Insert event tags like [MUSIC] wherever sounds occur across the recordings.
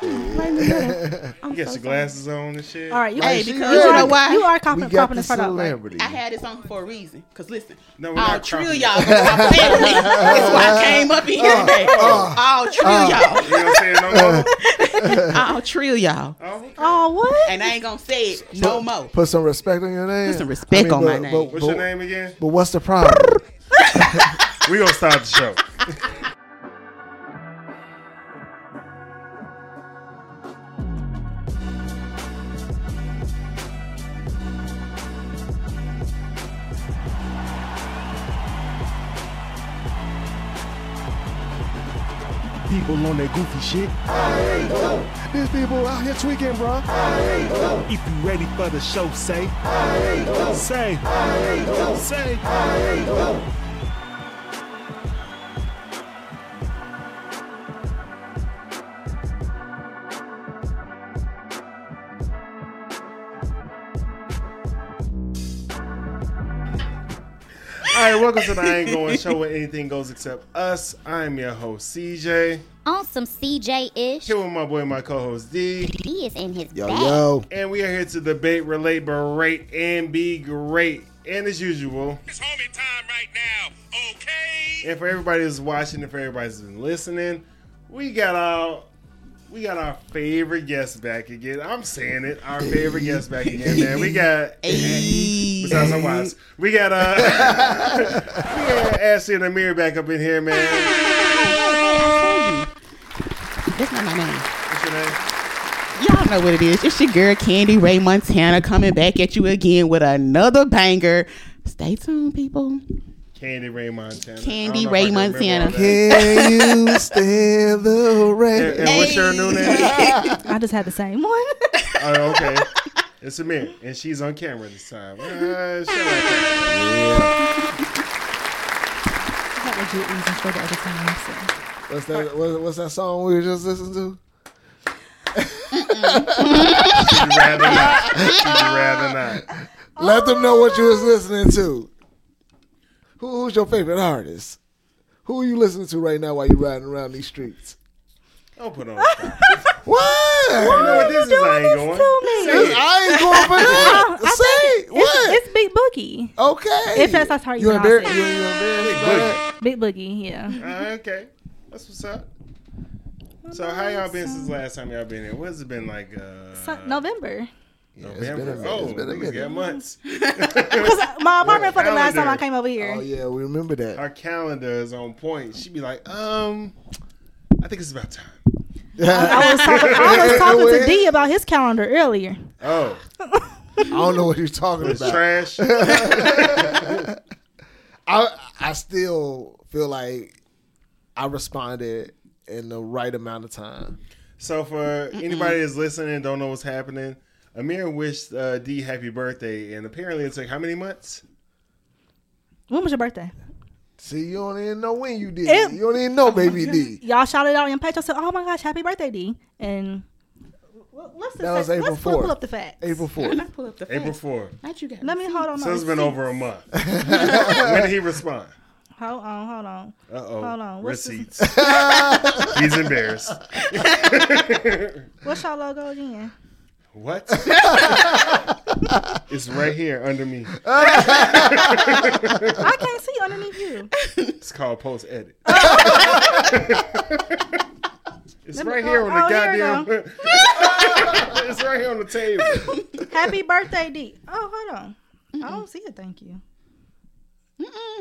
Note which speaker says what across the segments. Speaker 1: Blame the middle. I'm so
Speaker 2: You got your
Speaker 1: sorry.
Speaker 2: glasses on and shit.
Speaker 1: All right, you,
Speaker 3: Hey,
Speaker 1: you
Speaker 3: she
Speaker 1: are-
Speaker 3: is.
Speaker 1: you
Speaker 3: You
Speaker 1: are,
Speaker 3: know
Speaker 4: why?
Speaker 1: You are copping,
Speaker 3: We got
Speaker 1: propping
Speaker 3: the
Speaker 1: us for that.
Speaker 3: celebrity.
Speaker 4: I had this on for a reason. Cause listen,
Speaker 2: No, we're
Speaker 1: Oh,
Speaker 4: I'll
Speaker 2: not
Speaker 4: trill
Speaker 2: copying.
Speaker 4: y'all. That's
Speaker 3: [LAUGHS]
Speaker 4: why I came up in here
Speaker 3: Uh,
Speaker 4: today. I'll trill y'all.
Speaker 2: You know what I'm saying? No [LAUGHS] more.
Speaker 4: I'll trill y'all.
Speaker 2: Oh,
Speaker 1: Oh, what?
Speaker 4: And I ain't gonna say it no
Speaker 3: Put-
Speaker 4: more.
Speaker 3: Put some respect on your name.
Speaker 2: [LAUGHS]
Speaker 4: Put some respect on my
Speaker 3: but-
Speaker 4: name.
Speaker 3: But,
Speaker 2: what's your
Speaker 3: but,
Speaker 2: name again?
Speaker 3: but what's the problem?
Speaker 2: [LAUGHS] We gonna start the show.
Speaker 5: People on that goofy shit.
Speaker 3: These people out here tweaking, bro.
Speaker 5: If you ready for the show, say. Say. Say.
Speaker 2: [LAUGHS] All right, welcome to the I Ain't Going Show where anything goes except us. I'm your host CJ.
Speaker 6: on some CJ ish.
Speaker 2: Here with my boy, my co-host D,
Speaker 6: He is in his
Speaker 3: Yo,
Speaker 6: bag.
Speaker 3: yo.
Speaker 2: and we are here to debate, relate, berate, and be great. And as usual,
Speaker 7: It's homie time right now, okay?
Speaker 2: and for everybody that's watching and for everybody that's been listening, we got our we got our favorite guest back again. I'm saying it, our favorite guest back again, man. We got besides our wives, we got uh [LAUGHS] we got Ashley and Amir back up in here, man.
Speaker 4: That's not my name.
Speaker 2: What's your name?
Speaker 4: Y'all know what it is. It's your girl Candy Ray Montana coming back at you again with another banger. Stay tuned, people.
Speaker 2: Candy Ray Montana.
Speaker 4: Candy
Speaker 2: I don't know if I can
Speaker 4: Ray
Speaker 2: remember
Speaker 4: Montana.
Speaker 2: all that.
Speaker 3: Can you stand the
Speaker 2: And,
Speaker 3: rain?
Speaker 2: and what's your new name?
Speaker 1: I just had the same
Speaker 3: [LAUGHS]
Speaker 1: one.
Speaker 2: Oh, okay. It's Amir, and she's on camera this time. Uh, shut up.
Speaker 1: I had legit reasons for the other time. So.
Speaker 3: What's that? What, what's that song we were just listening to?
Speaker 2: She'd rather not. She'd rather not.
Speaker 3: Let them know what you
Speaker 4: Oh.
Speaker 3: was listening to. Who, who's your favorite artist? Who are you listening to right now while you riding around these streets?
Speaker 2: Don't put on. the spot. You know
Speaker 3: What?
Speaker 2: what this is? I ain't going.
Speaker 3: This- I ain't going
Speaker 1: [LAUGHS]
Speaker 3: for that. Say what?
Speaker 1: It's, it's Big Boogie.
Speaker 3: okay.
Speaker 1: If that's- that's how you
Speaker 3: you
Speaker 1: pronounce
Speaker 3: embarrassed.
Speaker 1: it.
Speaker 3: You, you embarrassed. by that?
Speaker 1: Big Boogie, yeah.
Speaker 2: Uh, okay, that's what's up. So how y'all been since last time y'all been here? What's it been like? Uh,
Speaker 1: So, November.
Speaker 3: Yeah, it's been a
Speaker 2: November.
Speaker 3: minute.
Speaker 2: oh,
Speaker 3: It's been a
Speaker 2: we got
Speaker 3: minute.
Speaker 2: months.
Speaker 1: [LAUGHS] Because my apartment for the last time I
Speaker 2: calendar.
Speaker 1: came over here.
Speaker 3: Oh yeah, we remember
Speaker 1: [LAUGHS]
Speaker 2: [LAUGHS]
Speaker 3: that.
Speaker 2: Our calendar is on point. She'd be like, um, I think it's about time.
Speaker 1: I was talking, I
Speaker 3: [LAUGHS]
Speaker 1: was talking
Speaker 3: Where?
Speaker 1: to D about his calendar earlier.
Speaker 2: Oh,
Speaker 3: I don't know what you're talking
Speaker 2: it's
Speaker 3: about.
Speaker 2: trash. [LAUGHS]
Speaker 3: [LAUGHS]
Speaker 2: That's
Speaker 3: I I still feel like I responded in the right amount of time.
Speaker 2: So for anybody that's listening, don't know what's happening. Amir wished uh, D happy birthday, and apparently it took how many months?
Speaker 1: When was your birthday?
Speaker 3: See, you don't even know when you did.
Speaker 1: It-
Speaker 3: it. you don't even know, baby D.
Speaker 1: Y'all shouted out in patch. I said, "Oh my gosh, happy birthday, D!" And well, let's just
Speaker 3: That was
Speaker 1: say-
Speaker 3: April
Speaker 1: let's pull,
Speaker 3: 4th.
Speaker 1: pull up the facts.
Speaker 3: April
Speaker 4: I
Speaker 3: fourth.
Speaker 4: pull up the facts.
Speaker 2: April 4th.
Speaker 4: Not you guys.
Speaker 1: Let me hold on.
Speaker 2: So it's been
Speaker 1: receipt.
Speaker 2: over a
Speaker 1: [LAUGHS]
Speaker 2: month. when did he respond?
Speaker 1: Hold on, hold on.
Speaker 2: Uh oh.
Speaker 1: Hold on, what's this-
Speaker 2: Receipts. [LAUGHS] He's embarrassed.
Speaker 1: What's y'all logo again? [LAUGHS]
Speaker 2: What? it's right here under me.
Speaker 1: I can't see underneath you.
Speaker 2: It's called post
Speaker 1: [LAUGHS]
Speaker 2: edit. it's
Speaker 1: Let me-
Speaker 2: right here on the
Speaker 1: oh, here it
Speaker 2: goddamn. [LAUGHS] it's right here on the table.
Speaker 1: Happy birthday, D. Oh, hold on. I don't see it. Thank you.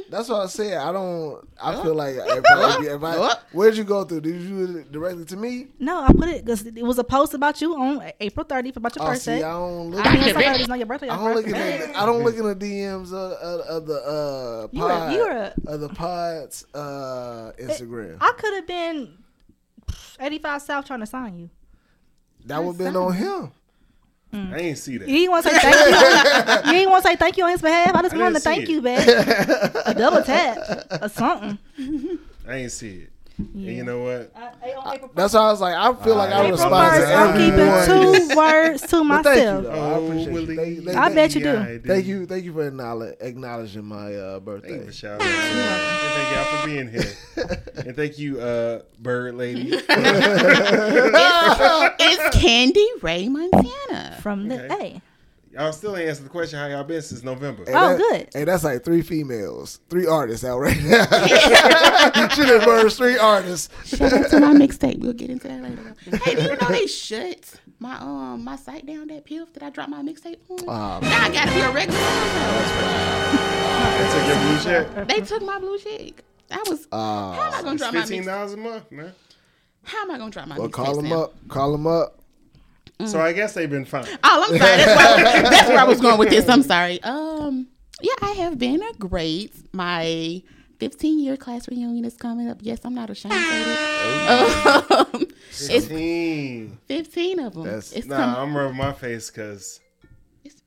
Speaker 3: That's what I said. I don't. I feel like if I, if I, where'd you go through? Did you do it directly to me?
Speaker 1: No, I put it because it was a post about you on April 30th about your
Speaker 3: Oh, see,
Speaker 1: birthday.
Speaker 3: I don't look.
Speaker 1: I mean, it's not- it's not your birthday.
Speaker 3: I don't look in the, I don't look in the DMs of, of, of the uh pod,
Speaker 1: You a- you a-
Speaker 3: of the pods uh Instagram.
Speaker 1: I could have been 85 South trying to sign you.
Speaker 3: that would have been on him.
Speaker 2: I ain't see that.
Speaker 1: You didn't want to say thank you. you didn't want to say thank you on his behalf. I just
Speaker 2: I
Speaker 1: wanted to
Speaker 2: didn't see
Speaker 3: [LAUGHS]
Speaker 1: thank
Speaker 2: it.
Speaker 1: you, babe. a double tap or something.
Speaker 2: I ain't see it. And you know what?
Speaker 1: Uh,
Speaker 3: That's why I was like, I feel like I
Speaker 1: April
Speaker 2: April
Speaker 3: respond
Speaker 1: first,
Speaker 2: response
Speaker 3: to
Speaker 1: I'm
Speaker 3: everyone.
Speaker 1: keeping two words to
Speaker 3: Well, thank you,
Speaker 1: myself.
Speaker 3: though.
Speaker 2: Oh,
Speaker 3: I appreciate you. They- they-
Speaker 1: I
Speaker 3: they-
Speaker 1: bet you do.
Speaker 3: Thank you, thank you for acknowledge, acknowledging my uh,
Speaker 2: Thank you
Speaker 3: birthday.
Speaker 2: for shouting. out. And thank y'all for being here. and thank you, uh, Bird Lady.
Speaker 1: [LAUGHS]
Speaker 3: [LAUGHS]
Speaker 4: It's Candy Ray Montana.
Speaker 1: From the
Speaker 2: Okay.
Speaker 1: A.
Speaker 2: y'all still ain't answered the question how y'all been since November.
Speaker 3: [LAUGHS] And
Speaker 1: Oh,
Speaker 3: that-
Speaker 1: good.
Speaker 3: And that's like three females, three artists out right [LAUGHS] now. she done merged three artists.
Speaker 4: Shout out to my mixtape. We'll get into that later. Hey, do you know they shut my um my site down that piff that I dropped my mixtape on?
Speaker 3: Wow.
Speaker 4: now I gotta be a regular.
Speaker 2: That's your blue check.
Speaker 4: They took my blue check. I was
Speaker 3: Uh,
Speaker 4: how am I gonna drop my
Speaker 2: Fifteen
Speaker 4: mix,
Speaker 2: dollars a month, man.
Speaker 4: How am I gonna drop my
Speaker 3: Well,
Speaker 4: mixtapes
Speaker 3: call them
Speaker 4: now?
Speaker 3: up. Call them up.
Speaker 1: Mm.
Speaker 2: So I guess they've been fine.
Speaker 4: Oh, I'm sorry. That's where, I
Speaker 3: [LAUGHS]
Speaker 4: was, that's where I was going with this. I'm sorry. Um, yeah, I have been a great. My 15 year class reunion is coming up. Yes, I'm not ashamed of it. [LAUGHS] Um, it's
Speaker 2: Mm.
Speaker 4: 15 of them.
Speaker 3: That's-
Speaker 4: it's
Speaker 2: Nah,
Speaker 4: coming.
Speaker 2: I'm rubbing my face because
Speaker 4: It's-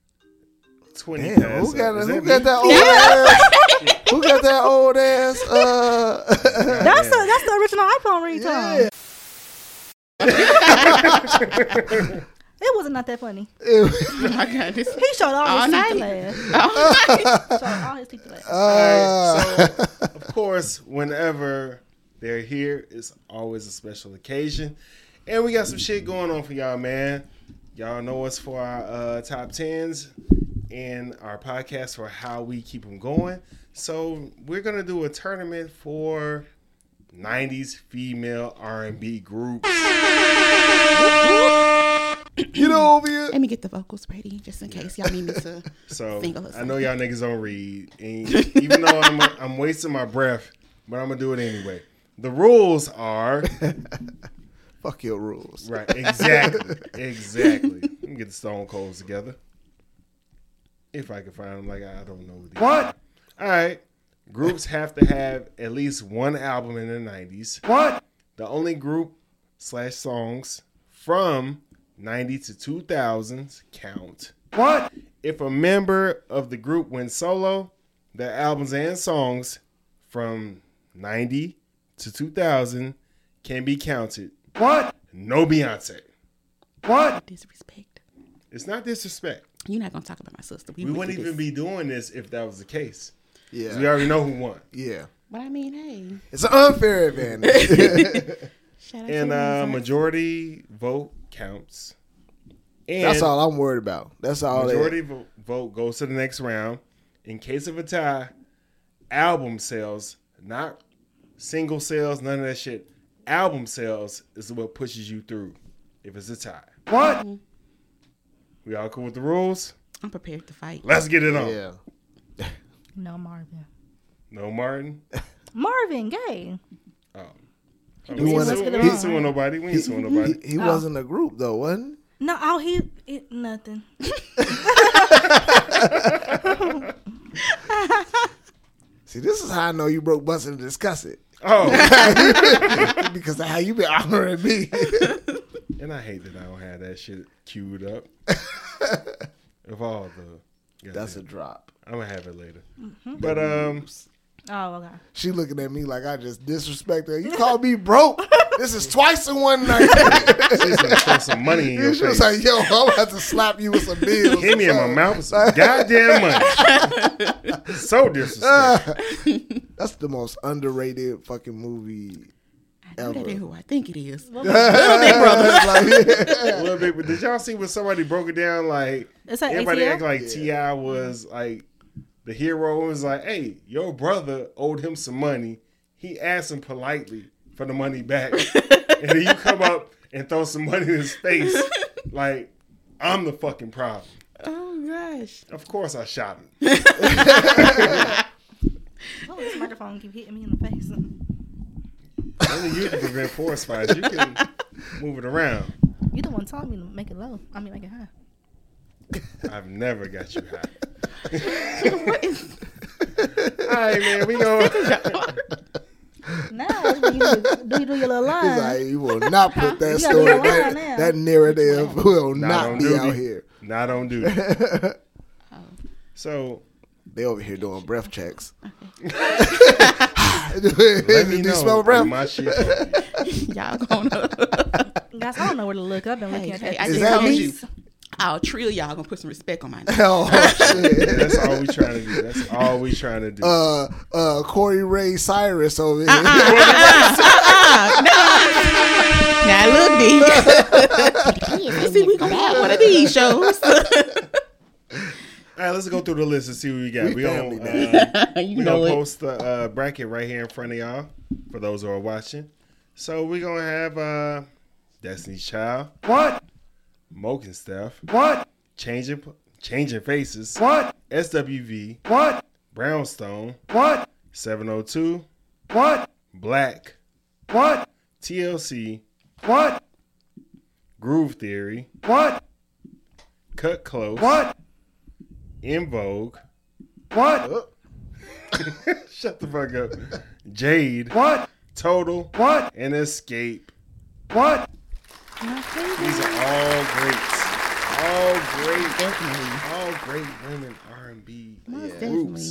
Speaker 2: twenty.
Speaker 3: Damn,
Speaker 2: passed
Speaker 3: who got,
Speaker 2: up. Is
Speaker 3: who
Speaker 2: me?
Speaker 3: got that old ass? Who got that old
Speaker 4: [LAUGHS]
Speaker 3: ass? Uh,
Speaker 2: [LAUGHS]
Speaker 1: That's the that's the original iPhone ringtone. [LAUGHS] it wasn't not that funny.
Speaker 4: oh my god, this
Speaker 1: He showed all,
Speaker 4: [LAUGHS]
Speaker 1: his
Speaker 4: All
Speaker 1: teeth to
Speaker 4: night.
Speaker 1: laugh. Showed all his teeth to laugh.
Speaker 3: Uh,
Speaker 2: Alright, so,
Speaker 3: [LAUGHS]
Speaker 2: of course, whenever they're here, it's always a special occasion. And we got some shit going on for y'all, man. Y'all know us for our uh, top tens and our podcast for how we keep them going. So we're gonna do a tournament for '90s female R&B group.
Speaker 3: get over here.
Speaker 4: Let me get the vocals ready just in case y'all need me to.
Speaker 2: [LAUGHS]
Speaker 4: [LAUGHS]
Speaker 2: So
Speaker 4: Single or
Speaker 2: I know y'all niggas don't read, and even though I'm, I'm wasting my breath, but I'm gonna do it anyway. The rules are.
Speaker 3: Fuck your rules.
Speaker 2: Right, exactly. exactly. Let me get the Stone Colds together. If I can find them, like, I don't know. These. What? All right. Groups have to have at least one album in the 90s. What? The only group slash songs from 90 to 2000s count. What? If a member of the group went solo, the albums and songs from 90 to 2000 can be counted no Beyonce.
Speaker 4: Disrespect.
Speaker 2: It's not disrespect.
Speaker 4: You're not gonna talk about my sister.
Speaker 2: We wouldn't even be doing this if that was the case. 'Cause We
Speaker 3: Yeah.
Speaker 2: already know who won.
Speaker 3: Yeah.
Speaker 4: But I mean, hey,
Speaker 3: It's an unfair advantage.
Speaker 2: [LAUGHS]
Speaker 3: [LAUGHS]
Speaker 4: shout out
Speaker 2: And
Speaker 4: to
Speaker 2: uh,
Speaker 4: Lil Nas.
Speaker 2: majority vote counts. And
Speaker 3: That's all I'm worried about. That's all. that-
Speaker 2: Majority vo- vote goes to the next round. In case of a tie, album sales, not single sales, none of that shit. Album sales is what pushes you through if it's a tie. What? We all cool with the rules?
Speaker 4: I'm prepared to fight.
Speaker 2: Let's get it on.
Speaker 3: Yeah.
Speaker 1: No Marvin.
Speaker 2: No Martin.
Speaker 1: Marvin Gaye.
Speaker 2: We ain't
Speaker 3: wanna-
Speaker 2: suing-
Speaker 1: he-
Speaker 2: we ain't suing nobody. We ain't suing nobody.
Speaker 3: He
Speaker 4: Oh.
Speaker 3: wasn't a group though, wasn't?
Speaker 1: No, oh he it, nothing.
Speaker 3: he? See, this is how I know you broke busting to discuss it [LAUGHS]
Speaker 2: Oh.
Speaker 3: because of how you been honoring me.
Speaker 4: [LAUGHS]
Speaker 2: And I hate that I don't have that shit queued [LAUGHS] up. of all the,
Speaker 3: That's a drop.
Speaker 2: I'm gonna have it later. But um,
Speaker 1: Oh, okay.
Speaker 3: She looking at me like I just disrespect her. You called me broke. This is twice in one night.
Speaker 2: she's gonna throw some money [LAUGHS] in your
Speaker 3: she was
Speaker 2: face.
Speaker 3: like, "Yo, I'm about to slap you with some bills."
Speaker 2: Hit me in my mouth with some goddamn money. [LAUGHS] so disrespectful.
Speaker 3: That's the most underrated fucking movie
Speaker 4: I know that
Speaker 3: ever.
Speaker 4: ain't who I think it is.
Speaker 1: [LAUGHS]
Speaker 3: [LAUGHS]
Speaker 2: A little bit. But did y'all see when somebody broke it down? Like
Speaker 1: It's [LAUGHS] like
Speaker 2: everybody
Speaker 1: ATL?
Speaker 2: act like Ti was like the hero. It was like, hey, your brother owed him some money. He asked him politely for the money back, and then you come up and throw some money in his face. Like I'm the fucking problem.
Speaker 4: [LAUGHS] Oh gosh.
Speaker 2: Of course I shot him.
Speaker 1: Oh, this microphone keep hitting me in the face.
Speaker 2: Only you can prevent forest fires. You can move it around.
Speaker 1: You the one telling me to make it low. I mean, make it high.
Speaker 2: I've never got you high.
Speaker 4: What is
Speaker 2: All right, man. We know.
Speaker 1: Now, that's when you do, do you do your little
Speaker 3: [LAUGHS] He's
Speaker 1: line?
Speaker 3: like, you will not put that
Speaker 1: You gotta be
Speaker 3: story,
Speaker 1: lying
Speaker 3: that,
Speaker 1: now.
Speaker 3: that narrative will not
Speaker 2: on
Speaker 3: be
Speaker 2: duty.
Speaker 3: out here.
Speaker 2: Not on duty. So [LAUGHS]
Speaker 3: [LAUGHS] They over here doing breath checks.
Speaker 2: Let me
Speaker 3: Do you
Speaker 2: know.
Speaker 3: smell breath?
Speaker 2: My shit.
Speaker 4: Y'all gonna. [LAUGHS]
Speaker 1: Guys, I don't know where to look. I've been looking
Speaker 4: hey,
Speaker 1: at
Speaker 4: hey,
Speaker 1: that.
Speaker 4: I
Speaker 3: Is
Speaker 4: think
Speaker 3: that
Speaker 4: I'll-
Speaker 3: me?
Speaker 4: I'll trill y'all gonna put some respect on
Speaker 2: [LAUGHS]
Speaker 4: my name.
Speaker 3: Oh [LAUGHS] shit.
Speaker 2: That's all we trying to do. That's all we trying to do.
Speaker 3: Uh, uh, Corey Ray Cyrus over here.
Speaker 1: Uh-uh.
Speaker 4: Now look, D.
Speaker 6: He is in
Speaker 4: See,
Speaker 6: your
Speaker 4: we gonna have
Speaker 6: bag.
Speaker 4: one of these shows. [LAUGHS]
Speaker 2: all right, let's go through the list and see what we got.
Speaker 3: We
Speaker 2: We,
Speaker 3: family,
Speaker 2: gonna
Speaker 3: man.
Speaker 2: uh,
Speaker 4: you [LAUGHS]
Speaker 2: we
Speaker 4: know
Speaker 2: gonna
Speaker 4: it.
Speaker 2: post the uh, bracket right here in front of y'all for those who are watching. So we gonna have uh, Destiny's Child. What? Moke and Steph. What? Changing changing faces. What? SWV. What? Brownstone. What? 702. What? Black. What? TLC. What? Groove Theory. What? Cut Close. What? In Vogue. What? [LAUGHS] Shut the fuck up. Jade. What? Total. What? And Escape. What? These are all greats. All great. All great women R and B
Speaker 4: Most
Speaker 2: groups,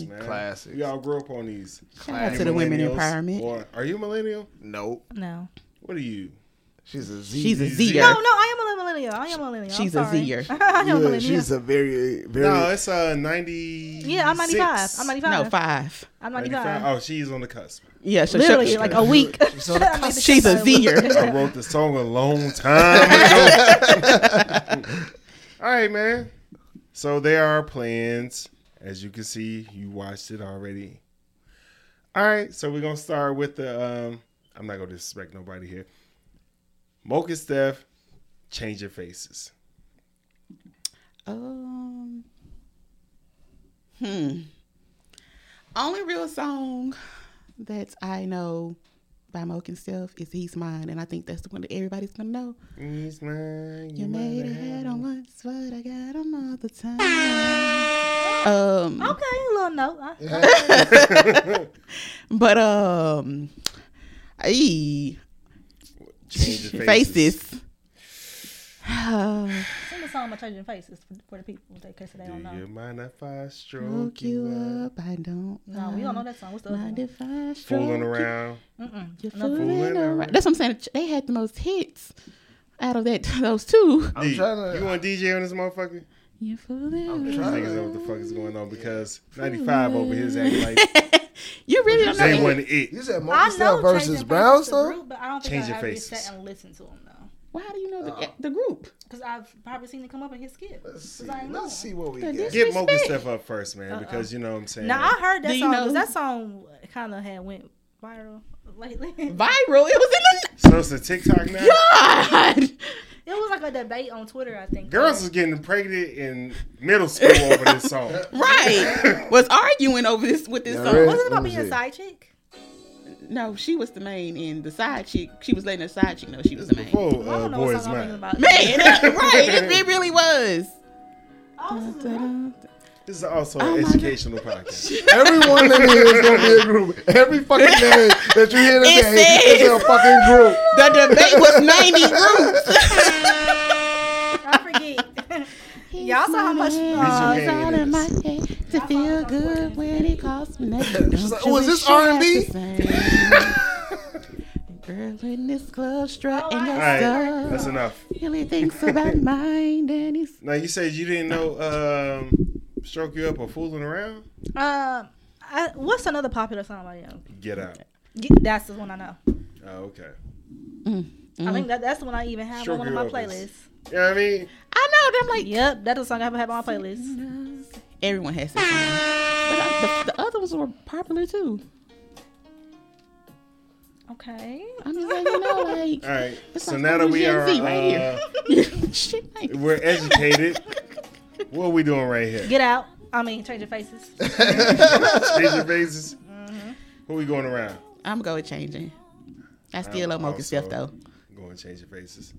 Speaker 4: definitely.
Speaker 2: man.
Speaker 3: Classics.
Speaker 2: We all grew up on these.
Speaker 4: Shout out to the women
Speaker 2: Millennials,
Speaker 4: empowerment.
Speaker 2: Or are you a millennial?
Speaker 3: [LAUGHS] nope.
Speaker 1: No.
Speaker 2: What are you?
Speaker 3: She's a Z.
Speaker 4: She's a
Speaker 2: Z.
Speaker 1: No,
Speaker 4: Zer.
Speaker 1: no, I am a millennial. I am a millennial.
Speaker 4: She's
Speaker 1: I'm
Speaker 4: a
Speaker 1: sorry.
Speaker 4: Zer.
Speaker 1: [LAUGHS] I am a
Speaker 3: Yeah,
Speaker 1: millennial.
Speaker 3: she's a very, very.
Speaker 2: No, it's uh ninety.
Speaker 1: yeah, I'm 95. I'm 95.
Speaker 4: No, five.
Speaker 1: I'm 95.
Speaker 2: 95. Oh, she's on the cusp.
Speaker 4: Yeah, so
Speaker 1: Literally,
Speaker 4: she-
Speaker 1: like a
Speaker 2: [LAUGHS]
Speaker 1: week. [LAUGHS]
Speaker 4: she's a Zer.
Speaker 2: I wrote the song a long time ago. All right, man. So there are plans. As you can see, you watched it already. All right, so we're gonna start with the. Um, I'm not gonna disrespect nobody here. Mocha Steph, change your faces.
Speaker 4: Um, hmm. Only real song that I know by Moke and Self is He's Mine, and I think that's the one that everybody's gonna know.
Speaker 2: He's mine.
Speaker 4: You
Speaker 2: You
Speaker 4: made
Speaker 2: made
Speaker 4: it
Speaker 2: it.
Speaker 4: head on once, but I got on all the time. Um,
Speaker 1: Okay, a little note. I-
Speaker 4: but um, ay,
Speaker 2: Change your faces.
Speaker 4: [LAUGHS] faces. [SIGHS] Uh,
Speaker 1: I sing the song about changing faces for, for the people because they
Speaker 2: Do
Speaker 1: don't know.
Speaker 2: you mind if I stroke
Speaker 4: Woke
Speaker 2: you
Speaker 4: you
Speaker 2: up?
Speaker 4: up, I don't.
Speaker 1: No, we don't know that song. What's the other
Speaker 4: Mind
Speaker 1: one?
Speaker 4: if I stroke
Speaker 2: Fooling
Speaker 4: you?
Speaker 2: around.
Speaker 4: You're
Speaker 1: Another-
Speaker 4: fooling
Speaker 2: Fooling
Speaker 4: around.
Speaker 2: around.
Speaker 4: That's what I'm saying. They had the most hits out of that [LAUGHS] those two.
Speaker 2: D,
Speaker 3: tryna-
Speaker 2: You want DJ on this motherfucker?
Speaker 4: You're fooling
Speaker 2: These
Speaker 4: around.
Speaker 2: niggas know what the fuck is going on because 95 over his act
Speaker 1: [LAUGHS]
Speaker 2: like
Speaker 4: [LAUGHS] You really don't
Speaker 2: they
Speaker 4: know.
Speaker 2: wasn't
Speaker 3: you
Speaker 2: it.
Speaker 3: said
Speaker 1: I
Speaker 3: Monkey
Speaker 1: know
Speaker 3: Style versus
Speaker 1: Changing Faces is a
Speaker 3: Brownstone.
Speaker 1: group, but I don't think
Speaker 2: Changing
Speaker 1: I've ever
Speaker 2: Faces.
Speaker 1: sat and listened to them though,
Speaker 4: Why do you know the,
Speaker 2: Oh.
Speaker 4: the group?
Speaker 1: because I've probably seen it come up in his skit.
Speaker 3: Let's see,
Speaker 1: 'Cause I ain't know
Speaker 3: let's
Speaker 1: him.
Speaker 3: see what we
Speaker 4: The
Speaker 3: get.
Speaker 4: dis-
Speaker 2: Get Mocha
Speaker 4: Disrespect.
Speaker 2: stuff up first,
Speaker 1: Uh-uh.
Speaker 2: man, because you know what I'm saying.
Speaker 1: Now I heard that
Speaker 4: Do you
Speaker 1: song
Speaker 4: know-
Speaker 1: because that song kind of had went viral [LAUGHS] lately. it
Speaker 4: Viral. It was in the
Speaker 2: so it's a TikTok now.
Speaker 4: God. [LAUGHS]
Speaker 1: was like a debate on Twitter, I think.
Speaker 2: Girls is getting pregnant in middle school
Speaker 1: [LAUGHS]
Speaker 2: over this song.
Speaker 4: Right. Was arguing over this with this
Speaker 3: Yeah,
Speaker 4: song.
Speaker 3: really.
Speaker 1: was it about
Speaker 3: Let me
Speaker 1: being a
Speaker 3: see.
Speaker 1: side chick?
Speaker 4: No, she was the main and the side chick. She was letting the side chick know she was the main. Man,
Speaker 2: Before
Speaker 1: I
Speaker 2: uh,
Speaker 1: don't know what
Speaker 2: boys
Speaker 1: song I'm thinking
Speaker 2: man.
Speaker 1: about.
Speaker 4: it- [LAUGHS] right. It, it
Speaker 2: [LAUGHS]
Speaker 4: really was.
Speaker 1: Oh, this is a rap.
Speaker 2: This is also
Speaker 1: Oh
Speaker 2: an
Speaker 1: [LAUGHS]
Speaker 2: educational podcast.
Speaker 3: Everyone in here is gonna be a group. Every fucking name that you hear
Speaker 4: It
Speaker 3: today is a
Speaker 4: says-
Speaker 3: fucking
Speaker 2: [LAUGHS]
Speaker 3: group.
Speaker 4: The debate was 90 groups.
Speaker 1: I forget. [LAUGHS] Y'all saw how much. Uh,
Speaker 2: It's all in my
Speaker 4: to feel good when it costs me
Speaker 2: [LAUGHS]
Speaker 4: nothing.
Speaker 3: She's like, "Oh, is this R&B?"
Speaker 4: Girl in this club strutting your
Speaker 2: All right, that's
Speaker 4: stuff.
Speaker 2: enough.
Speaker 4: Really thinks about
Speaker 2: [LAUGHS]
Speaker 4: mine, and he's
Speaker 2: Now you said you didn't know um, stroke you up or fooling around.
Speaker 1: um, I, what's another popular song by them?
Speaker 2: Get out.
Speaker 1: Ye- That's the one I know.
Speaker 2: Oh, okay.
Speaker 1: I think that, that's the one I even have on
Speaker 2: Stroke
Speaker 1: one of
Speaker 2: your
Speaker 1: my
Speaker 2: elbows.
Speaker 1: playlists.
Speaker 2: You know what I mean?
Speaker 4: I know. Them like
Speaker 1: Yep, that's the song I have had on my playlist.
Speaker 4: everyone has this. But I, the, the other ones were popular too.
Speaker 1: [LAUGHS] Okay.
Speaker 4: I'm just letting
Speaker 2: [LAUGHS]
Speaker 4: you know, like.
Speaker 2: All right.
Speaker 4: it's
Speaker 2: So
Speaker 4: like
Speaker 2: now that we
Speaker 4: Gen
Speaker 2: are
Speaker 4: Z
Speaker 2: uh,
Speaker 4: right here. [LAUGHS] Shit, like,
Speaker 2: we're educated. What are we doing right here?
Speaker 1: [LAUGHS] Get out. I mean, change your faces.
Speaker 2: Change your faces. Who we going around?
Speaker 4: I'm going changing. I still
Speaker 2: I'm
Speaker 4: love Mocha Steph
Speaker 2: also-
Speaker 4: though.
Speaker 2: Going to change your faces.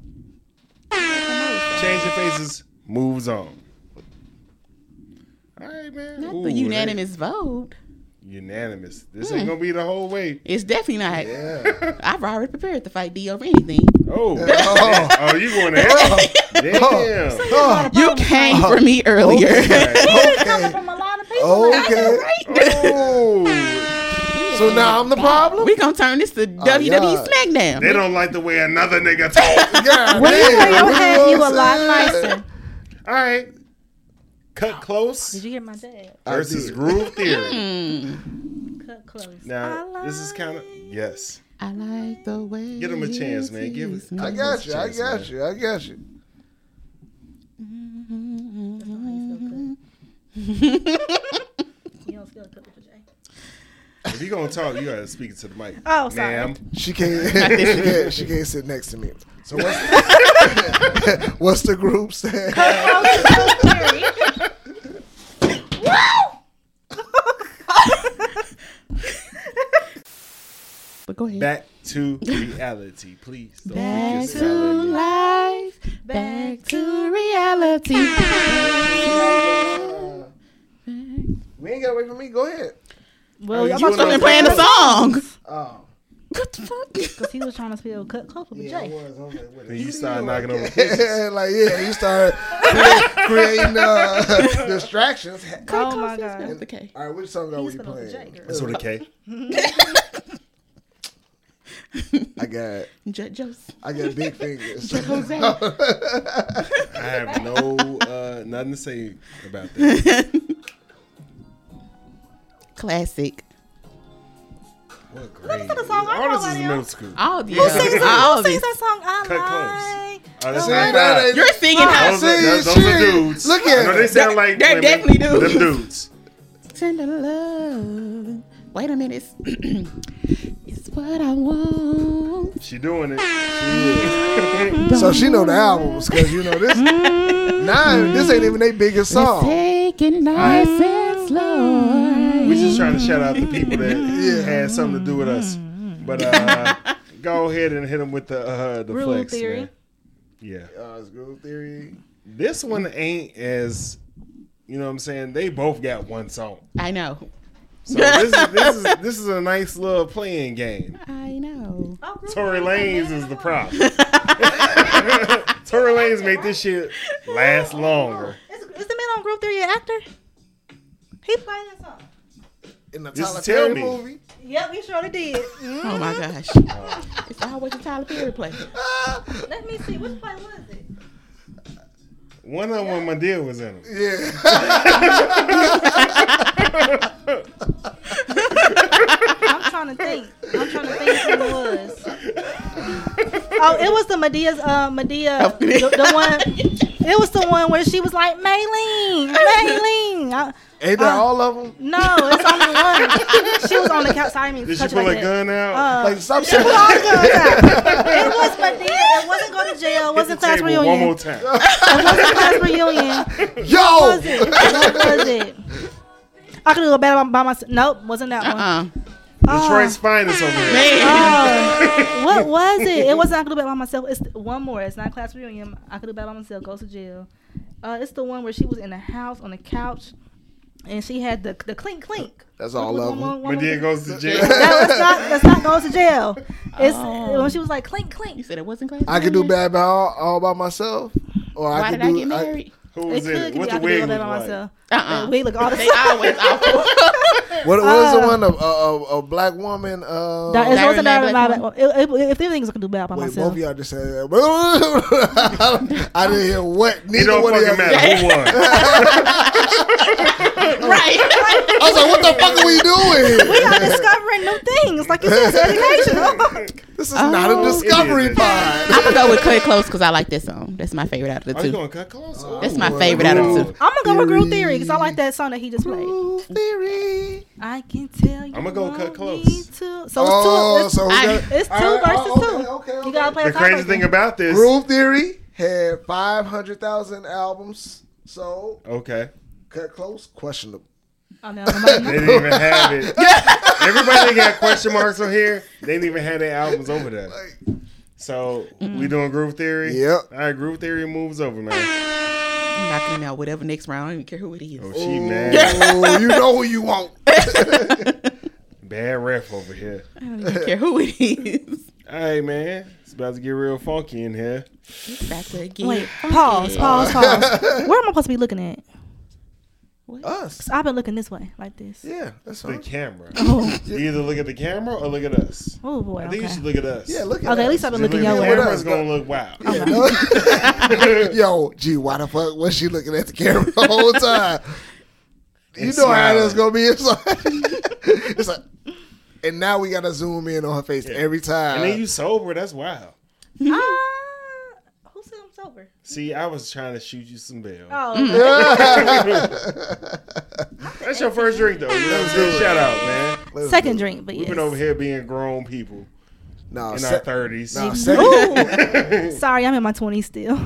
Speaker 2: Change your faces. Moves on. All right, man.
Speaker 4: Not
Speaker 2: Ooh,
Speaker 4: the
Speaker 2: that-
Speaker 4: unanimous vote.
Speaker 2: Unanimous. This ain't gonna be the whole way.
Speaker 4: It's definitely not.
Speaker 3: Yeah.
Speaker 4: I've already prepared to fight D over anything.
Speaker 2: Oh,
Speaker 3: [LAUGHS] Oh.
Speaker 2: oh, you going to hell? Damn.
Speaker 3: Oh,
Speaker 4: You came for me earlier.
Speaker 1: [LAUGHS] Coming from a lot of people.
Speaker 3: okay.
Speaker 4: Right?
Speaker 2: Oh,
Speaker 3: So now I'm the problem?
Speaker 4: [LAUGHS] We gonna turn this to WWE
Speaker 3: God.
Speaker 4: SmackDown.
Speaker 2: They don't like the way another nigga
Speaker 3: [LAUGHS]
Speaker 2: talk.
Speaker 3: God
Speaker 1: When you
Speaker 3: damn,
Speaker 1: lay your
Speaker 3: you
Speaker 1: head,
Speaker 3: know
Speaker 1: you
Speaker 3: what
Speaker 1: a
Speaker 3: I'm
Speaker 1: lot
Speaker 3: saying?
Speaker 1: nicer.
Speaker 2: All right. Cut close
Speaker 1: Did you get my dad?
Speaker 2: versus
Speaker 3: did.
Speaker 2: Groove Theory.
Speaker 1: Cut close.
Speaker 2: Now, this is kind of, yes.
Speaker 4: I like the way.
Speaker 2: Give them a chance, man. Give it-
Speaker 3: I got you. I got you. I got you.
Speaker 1: You don't still cook with Jay.
Speaker 2: If you're going to talk, you got to speak to the mic.
Speaker 1: Oh, sorry.
Speaker 3: She can't. [LAUGHS] she can't. She can't sit next to me. So what's [LAUGHS] the, what's the group saying?
Speaker 4: But go ahead.
Speaker 2: Back to reality, please. Don't
Speaker 4: Back
Speaker 2: make this
Speaker 4: to
Speaker 2: reality.
Speaker 4: life, back to reality.
Speaker 3: We ain't gotta wait for me. Go ahead.
Speaker 1: Well, I'm
Speaker 2: you
Speaker 1: supposed
Speaker 2: wanna-
Speaker 1: to
Speaker 4: I'm playing the song.
Speaker 3: Oh,
Speaker 4: What
Speaker 2: [LAUGHS]
Speaker 4: the fuck?
Speaker 1: because he was trying to spell cut close with
Speaker 3: yeah, I
Speaker 1: Jay.
Speaker 3: was. I was like, what
Speaker 2: Then
Speaker 3: is
Speaker 2: you
Speaker 3: this?
Speaker 2: start knocking over
Speaker 3: [LAUGHS]
Speaker 4: [LAUGHS]
Speaker 3: Yeah, like yeah, you started crea- creating uh, [LAUGHS] distractions.
Speaker 1: Oh my god.
Speaker 4: That's okay.
Speaker 3: All right, which song are
Speaker 1: He's
Speaker 3: we
Speaker 1: spelled with Jay,
Speaker 3: playing?
Speaker 1: girl.
Speaker 2: That's what a K.
Speaker 3: I got,
Speaker 4: J- Jose.
Speaker 3: I got big fingers. [LAUGHS]
Speaker 4: Jose.
Speaker 2: I have no uh, nothing to say about
Speaker 1: [LAUGHS]
Speaker 2: that.
Speaker 4: Classic.
Speaker 2: What grade?
Speaker 1: to the song I
Speaker 2: All
Speaker 1: know
Speaker 2: this
Speaker 1: about
Speaker 2: is in
Speaker 1: him.
Speaker 2: [LAUGHS] middle school.
Speaker 4: All these.
Speaker 1: Who sings,
Speaker 4: All
Speaker 1: who sings
Speaker 4: these.
Speaker 1: that song? I
Speaker 2: Cut
Speaker 1: like.
Speaker 2: close. All right, that's
Speaker 3: See,
Speaker 2: not
Speaker 3: that
Speaker 2: bad.
Speaker 3: ain't-
Speaker 4: You're singing high.
Speaker 2: Those, are-
Speaker 3: See,
Speaker 2: those, those are
Speaker 3: shit.
Speaker 2: dudes.
Speaker 3: Look
Speaker 2: I
Speaker 3: at
Speaker 2: know they
Speaker 3: it.
Speaker 2: sound like
Speaker 4: They're
Speaker 2: women.
Speaker 4: definitely dudes.
Speaker 2: Them dudes.
Speaker 4: Tender love. Wait a minute. It's, it's [CLEARS THROAT] what I want.
Speaker 2: She doing it.
Speaker 4: [LAUGHS]
Speaker 2: She is.
Speaker 3: So she know the albums because you know this. Mm-hmm. Nine. This ain't even their biggest
Speaker 4: Oh.
Speaker 3: song.
Speaker 4: Take it nice and slow.
Speaker 2: we just trying to shout out the people that
Speaker 3: Yeah.
Speaker 2: had something to do with us. But uh, go ahead and hit them with the uh, the
Speaker 1: Rule
Speaker 2: flex,
Speaker 1: theory.
Speaker 2: man. Yeah.
Speaker 3: Uh, it's Groove Theory.
Speaker 2: This one ain't as you know what I'm saying. They both got one song.
Speaker 4: I know.
Speaker 2: So this is, this is this is a nice little playing game.
Speaker 4: I know.
Speaker 1: Oh, girl,
Speaker 2: Tory Lanez is the problem. [LAUGHS] Tory Lanez made this shit last longer.
Speaker 1: Is, is the man on Group Theory an actor? He played that song.
Speaker 3: In the
Speaker 2: Just
Speaker 3: Tyler
Speaker 2: tell
Speaker 3: Perry
Speaker 2: me.
Speaker 3: movie.
Speaker 1: Yep, we surely did. Mm.
Speaker 4: Oh my gosh. It's always a Tyler Perry play.
Speaker 3: Ah.
Speaker 1: Let me see. Which play was it?
Speaker 2: One of them when my deal was in them.
Speaker 3: Yeah. [LAUGHS]
Speaker 1: I'm trying to think. I'm trying to think who it was. Oh, it was the Medea's, uh, Medea, the, the one. It was the one where she was like, Maylene, Maylene. I-
Speaker 3: ain't that
Speaker 1: Uh,
Speaker 3: all of them?
Speaker 1: no, it's only one. She was on the couch. Sorry, I mean,
Speaker 2: Did she
Speaker 1: touch
Speaker 2: pull
Speaker 1: like
Speaker 2: a
Speaker 1: that.
Speaker 2: gun out?
Speaker 1: Uh,
Speaker 3: Like stop saying.
Speaker 1: all the guns out. It was Medea. It wasn't go to jail. It
Speaker 2: Hit the
Speaker 1: wasn't class
Speaker 2: table One more
Speaker 1: reunion. It
Speaker 2: time. Oh.
Speaker 1: wasn't class
Speaker 2: [LAUGHS]
Speaker 1: reunion.
Speaker 3: Yo.
Speaker 1: was it? What was it? I could do a better by, by myself. Nope, wasn't that one.
Speaker 4: Uh-uh.
Speaker 1: Uh,
Speaker 2: Detroit's finest over
Speaker 1: [LAUGHS]
Speaker 2: here.
Speaker 4: Man.
Speaker 2: Uh-uh.
Speaker 1: Oh, what was it? It wasn't I could do better by myself. It's one more. It's not class reunion. I could do better by myself. Goes to jail. Uh, it's the one where she was in the house on the couch, and she had the the clink clink.
Speaker 3: That's all of them.
Speaker 2: Medea goes to jail.
Speaker 1: That was not. That's not goes to jail. It's when she was like clink
Speaker 4: You
Speaker 1: clink.
Speaker 4: said it wasn't crazy.
Speaker 3: I could do bad by all, all by myself, or
Speaker 4: Why
Speaker 3: I could
Speaker 4: did
Speaker 3: do.
Speaker 4: I get married?
Speaker 2: [LAUGHS] Who
Speaker 1: It
Speaker 2: was in
Speaker 1: could
Speaker 2: it?
Speaker 1: be
Speaker 2: What
Speaker 1: I
Speaker 2: the
Speaker 1: could do
Speaker 2: wig
Speaker 1: all
Speaker 2: was
Speaker 1: that by
Speaker 2: like?
Speaker 1: myself.
Speaker 4: Uh-uh.
Speaker 1: The wig look all the
Speaker 4: They [LAUGHS] always awful.
Speaker 3: what what is the one of a, a, a black woman? Uh,
Speaker 1: Uh. That- It
Speaker 4: Diary
Speaker 1: wasn't
Speaker 4: Man,
Speaker 1: that
Speaker 4: Black
Speaker 1: about it. It- it- If things I could do bad by
Speaker 3: wait,
Speaker 1: myself.
Speaker 3: both of y'all just said that. [LAUGHS] I didn't hear what.
Speaker 2: It
Speaker 3: Neither
Speaker 2: don't
Speaker 3: one of y'all.
Speaker 2: fucking
Speaker 3: Said.
Speaker 2: matter who won.
Speaker 4: right.
Speaker 3: I was like, what the fuck are we doing?
Speaker 1: We
Speaker 3: here?
Speaker 1: are discovering new things, like you said, it's
Speaker 2: [LAUGHS]
Speaker 3: [LAUGHS]
Speaker 1: educational.
Speaker 3: This is not a
Speaker 4: Oh.
Speaker 2: It
Speaker 3: discovery
Speaker 2: is.
Speaker 3: pod.
Speaker 4: I'm gonna go with Cut Close because I like this song. That's my favorite out of the
Speaker 2: Are you
Speaker 4: two.
Speaker 2: gonna cut close?
Speaker 4: That's my favorite out of the two.
Speaker 1: I'm gonna go with Groove Theory because I like that song that he just played.
Speaker 3: Groove theory.
Speaker 1: I can tell you.
Speaker 2: I'ma go
Speaker 1: want
Speaker 2: cut
Speaker 1: me
Speaker 2: close.
Speaker 1: To. So
Speaker 3: Oh,
Speaker 1: it's two.
Speaker 3: so
Speaker 4: I-
Speaker 3: that-
Speaker 1: It's, it's two
Speaker 3: all right,
Speaker 1: versus
Speaker 3: oh,
Speaker 1: two.
Speaker 3: okay, okay,
Speaker 1: You gotta
Speaker 3: okay.
Speaker 1: play.
Speaker 2: The crazy thing about this.
Speaker 3: Groove Theory had five hundred thousand albums, so
Speaker 2: Okay.
Speaker 3: cut close,
Speaker 2: [LAUGHS]
Speaker 3: questionable.
Speaker 1: Oh, no, no, no, [LAUGHS]
Speaker 2: They
Speaker 1: no.
Speaker 2: didn't even have
Speaker 4: [LAUGHS]
Speaker 2: it. Everybody that got question marks on here. They didn't even have their albums over there. So we doing Groove Theory.
Speaker 3: Yep.
Speaker 2: All right, Groove Theory moves over, man.
Speaker 4: I'm knocking them out whatever next round. I don't even care who it is.
Speaker 2: Oh, she mad.
Speaker 3: Oh, you know who you want.
Speaker 2: [LAUGHS] Bad ref over here.
Speaker 4: I don't even care who it is.
Speaker 2: All right, man. It's about to get real funky in here.
Speaker 4: Back to
Speaker 2: [LAUGHS]
Speaker 4: again. [LAUGHS]
Speaker 1: Wait, pause, pause, pause. Where am I supposed to be looking at?
Speaker 4: What?
Speaker 3: Us.
Speaker 1: So I've been looking this way, like this.
Speaker 3: Yeah, that's
Speaker 2: The
Speaker 3: all.
Speaker 2: camera.
Speaker 4: Oh,
Speaker 2: You either look at the camera or look at us.
Speaker 1: Oh boy.
Speaker 2: I think
Speaker 1: Okay.
Speaker 2: you should look at us.
Speaker 3: Yeah, look at
Speaker 1: okay. At least
Speaker 3: us.
Speaker 1: I've been
Speaker 2: If you
Speaker 1: looking your
Speaker 2: look at
Speaker 1: way.
Speaker 2: The
Speaker 3: nowhere.
Speaker 2: camera's gonna look wild.
Speaker 1: Oh.
Speaker 3: Yeah, no- [LAUGHS]
Speaker 1: [LAUGHS]
Speaker 3: Yo, gee, why the fuck was she looking at the camera
Speaker 2: [LAUGHS]
Speaker 3: the whole time? You know
Speaker 2: And
Speaker 3: how that's
Speaker 2: smiling.
Speaker 3: gonna be. It's like, [LAUGHS] it's like, and now we gotta zoom in on her face every time.
Speaker 2: And
Speaker 3: [LAUGHS]
Speaker 2: then you [LAUGHS] sober. That's wild.
Speaker 1: Ah, who said I'm sober?
Speaker 2: See, I was trying to shoot you some bail.
Speaker 1: Oh,
Speaker 2: That's your first drink, though. You know what I'm saying? Shout out, man.
Speaker 3: Let's
Speaker 1: second
Speaker 3: do it.
Speaker 1: drink, but yes.
Speaker 2: We've been over here being grown people
Speaker 3: Nah,
Speaker 2: in
Speaker 3: se-
Speaker 2: our thirties. [LAUGHS]
Speaker 3: Oh, nah, second,
Speaker 1: Ooh. Sorry, I'm in my 20s still.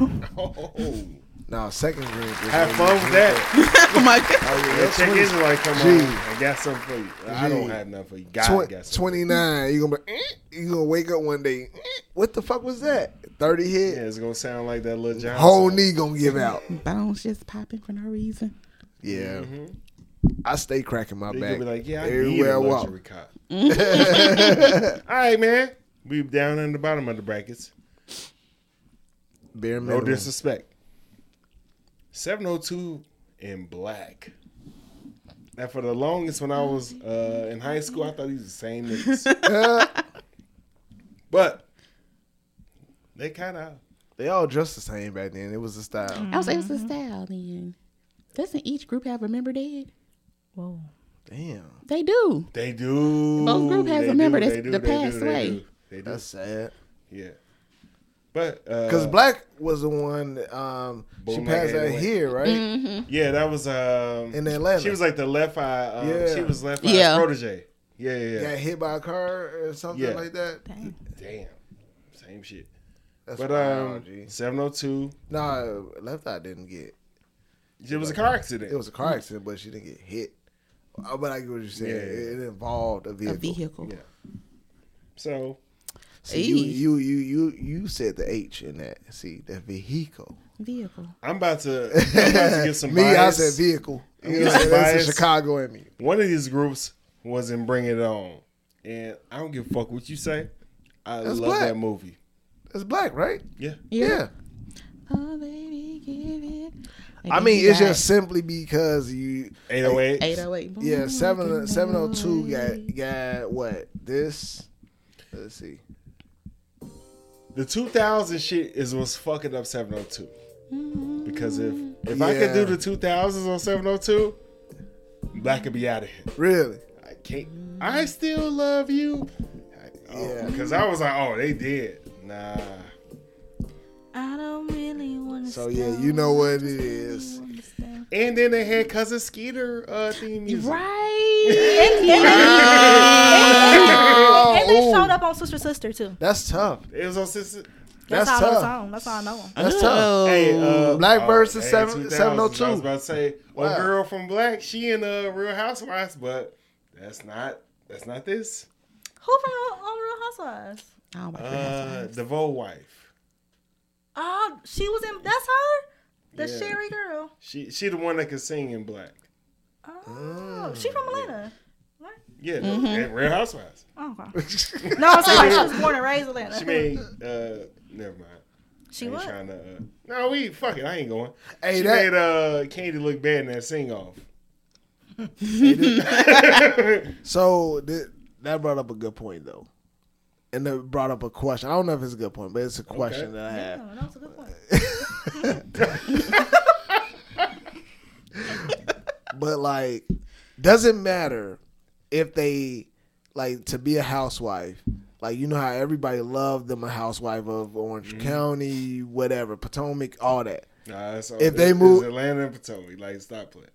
Speaker 3: nah, second drink. is
Speaker 2: Have
Speaker 3: when
Speaker 2: fun
Speaker 3: you
Speaker 2: with
Speaker 3: drink
Speaker 2: that.
Speaker 4: my God.
Speaker 3: Oh,
Speaker 2: That
Speaker 3: yeah, that's
Speaker 2: chick
Speaker 3: when
Speaker 2: is
Speaker 3: it's
Speaker 2: like, come on,
Speaker 3: Gee.
Speaker 2: I got something for you. I
Speaker 3: Gee.
Speaker 2: don't have nothing for you. God
Speaker 3: twen-
Speaker 2: got something.
Speaker 3: 29. You're gonna be, eh, you gonna wake up one day. eh, What the fuck was that? 30 hit.
Speaker 2: Yeah, it's gonna sound like that little John.
Speaker 3: Whole
Speaker 2: song.
Speaker 3: knee gonna
Speaker 2: [LAUGHS]
Speaker 3: give out.
Speaker 4: Bones just popping for no reason.
Speaker 3: Yeah. I stay cracking my
Speaker 2: Mm-hmm. They
Speaker 3: back.
Speaker 2: could be like, yeah, I need
Speaker 3: everywhere
Speaker 2: a
Speaker 3: I walk.
Speaker 2: luxury car.
Speaker 1: [LAUGHS]
Speaker 2: [LAUGHS] All right, man. We down in the bottom of the brackets.
Speaker 3: Bare
Speaker 2: No
Speaker 3: minimum.
Speaker 2: disrespect. 702 in black. Now, for the longest when I was uh, in high school, I thought these were the same
Speaker 3: [LAUGHS]
Speaker 2: niggas. [LAUGHS] but they kind of.
Speaker 3: They all dressed the same back then. It was the
Speaker 2: Mm.
Speaker 3: style.
Speaker 4: I was able to style then. Doesn't each group have a member dead?
Speaker 1: Whoa.
Speaker 3: Damn.
Speaker 4: They do.
Speaker 2: They do.
Speaker 4: Both group has
Speaker 2: They
Speaker 4: a member
Speaker 2: do,
Speaker 4: that's-
Speaker 2: they do,
Speaker 4: that
Speaker 2: they do,
Speaker 4: passed
Speaker 2: they
Speaker 4: away.
Speaker 2: do, They do.
Speaker 3: That's sad.
Speaker 2: Yeah. But. uh, Because
Speaker 3: Because Black was the one that, um she
Speaker 2: Boom,
Speaker 3: passed
Speaker 2: like,
Speaker 3: out
Speaker 2: anyway.
Speaker 3: here, right?
Speaker 2: Yeah, that was. um.
Speaker 3: In Atlanta.
Speaker 2: She was like the left eye. Um,
Speaker 3: Yeah.
Speaker 2: She was left eye
Speaker 4: Yeah.
Speaker 2: protege. Yeah, yeah, yeah.
Speaker 3: Got hit by a car or something
Speaker 2: Yeah.
Speaker 3: like that.
Speaker 1: Dang.
Speaker 2: Damn. Same shit.
Speaker 3: That's
Speaker 2: But
Speaker 3: wild,
Speaker 2: um,
Speaker 3: G.
Speaker 2: 702.
Speaker 3: Nah, Left Eye didn't get.
Speaker 2: It was a car accident.
Speaker 3: It was a car accident, but she didn't get hit. Uh, But I get what you're saying.
Speaker 2: Yeah.
Speaker 3: It, it involved a
Speaker 4: A
Speaker 3: vehicle.
Speaker 4: vehicle.
Speaker 2: Yeah. so
Speaker 3: See, you,
Speaker 4: Eee.
Speaker 3: you you you you said the H in that. See, the vehicle.
Speaker 4: Vehicle.
Speaker 2: I'm about to, [LAUGHS] I'm about to
Speaker 3: [LAUGHS]
Speaker 2: get some
Speaker 3: me,
Speaker 2: bias.
Speaker 3: I said vehicle.
Speaker 2: I'm
Speaker 3: You
Speaker 2: gonna
Speaker 3: know,
Speaker 2: get some
Speaker 3: that's
Speaker 2: bias.
Speaker 3: a Chicago in me.
Speaker 2: One of these groups was in Bring It On, and I don't give a fuck what you say. I
Speaker 3: That's
Speaker 2: love
Speaker 3: black.
Speaker 2: that movie.
Speaker 3: That's black, right?
Speaker 2: Yeah,
Speaker 3: yeah.
Speaker 4: Oh, baby, give it. And
Speaker 3: I
Speaker 4: then
Speaker 3: mean,
Speaker 4: you
Speaker 3: it's
Speaker 4: got
Speaker 3: just simply because you,
Speaker 2: 808.
Speaker 4: 808.
Speaker 3: yeah, seven
Speaker 4: Broken
Speaker 3: seven oh two
Speaker 4: away.
Speaker 3: got got what this? Let's see.
Speaker 2: The 2000 shit is what's fucking up 702. Because if if I could
Speaker 3: Yeah.
Speaker 2: do the 2000s on 702, black could be out of here.
Speaker 3: Really?
Speaker 2: I can't. I still love you. Yeah.
Speaker 3: Yeah.
Speaker 2: Because I was like, oh, they did. Nah.
Speaker 1: I don't really want to.
Speaker 3: So yeah, you know what it is.
Speaker 2: And then they had Cousin Skeeter uh, theme music.
Speaker 4: [LAUGHS] Right.
Speaker 1: And, and, they, and they
Speaker 3: [LAUGHS] Oh.
Speaker 1: showed up on Sister Sister too.
Speaker 3: That's tough.
Speaker 2: It was on sister.
Speaker 1: That's,
Speaker 3: That's
Speaker 1: how I know the
Speaker 3: tough.
Speaker 1: song. That's how I know them.
Speaker 3: That's tough.
Speaker 2: Hey, uh,
Speaker 3: Black
Speaker 2: oh,
Speaker 3: versus
Speaker 2: hey,
Speaker 3: seven-
Speaker 2: 2000s.
Speaker 3: 702.
Speaker 2: I was about to say,
Speaker 3: Wow.
Speaker 2: a girl from Black, she in uh, Real Housewives, but that's not that's not this.
Speaker 1: Who from Real- on Real Housewives?
Speaker 4: Oh, my
Speaker 2: Uh,
Speaker 4: goodness.
Speaker 2: the Vo wife.
Speaker 1: Oh, she was in. That's her. The
Speaker 2: Yeah.
Speaker 1: Sherry girl.
Speaker 2: She she the one that can sing in Black.
Speaker 1: Oh,
Speaker 3: Mm.
Speaker 1: she from Atlanta.
Speaker 2: Yeah, and Real Housewives.
Speaker 1: Oh,
Speaker 3: [LAUGHS]
Speaker 1: okay. no, I'm saying like she was born and raised in Atlanta.
Speaker 2: She made uh, never mind.
Speaker 1: [LAUGHS] She
Speaker 2: I ain't
Speaker 1: was.
Speaker 2: trying to. Uh, no, we fuck it. I ain't going.
Speaker 3: Hey,
Speaker 2: she
Speaker 3: that-
Speaker 2: made uh, Candy look bad in that sing off.
Speaker 3: So th- that brought up a good point though, and that brought up a question. I don't know if it's a good point, but it's a question that I have.
Speaker 1: Oh, that was a good point.
Speaker 3: But like, doesn't matter if they like to be a housewife. Like you know how everybody loved them a housewife of Orange
Speaker 2: Mm-hmm.
Speaker 3: County, whatever Potomac, all that.
Speaker 2: [LAUGHS] Nah, that's all.
Speaker 3: If they
Speaker 2: it's
Speaker 3: move-
Speaker 2: Atlanta and Potomac, like stop playing.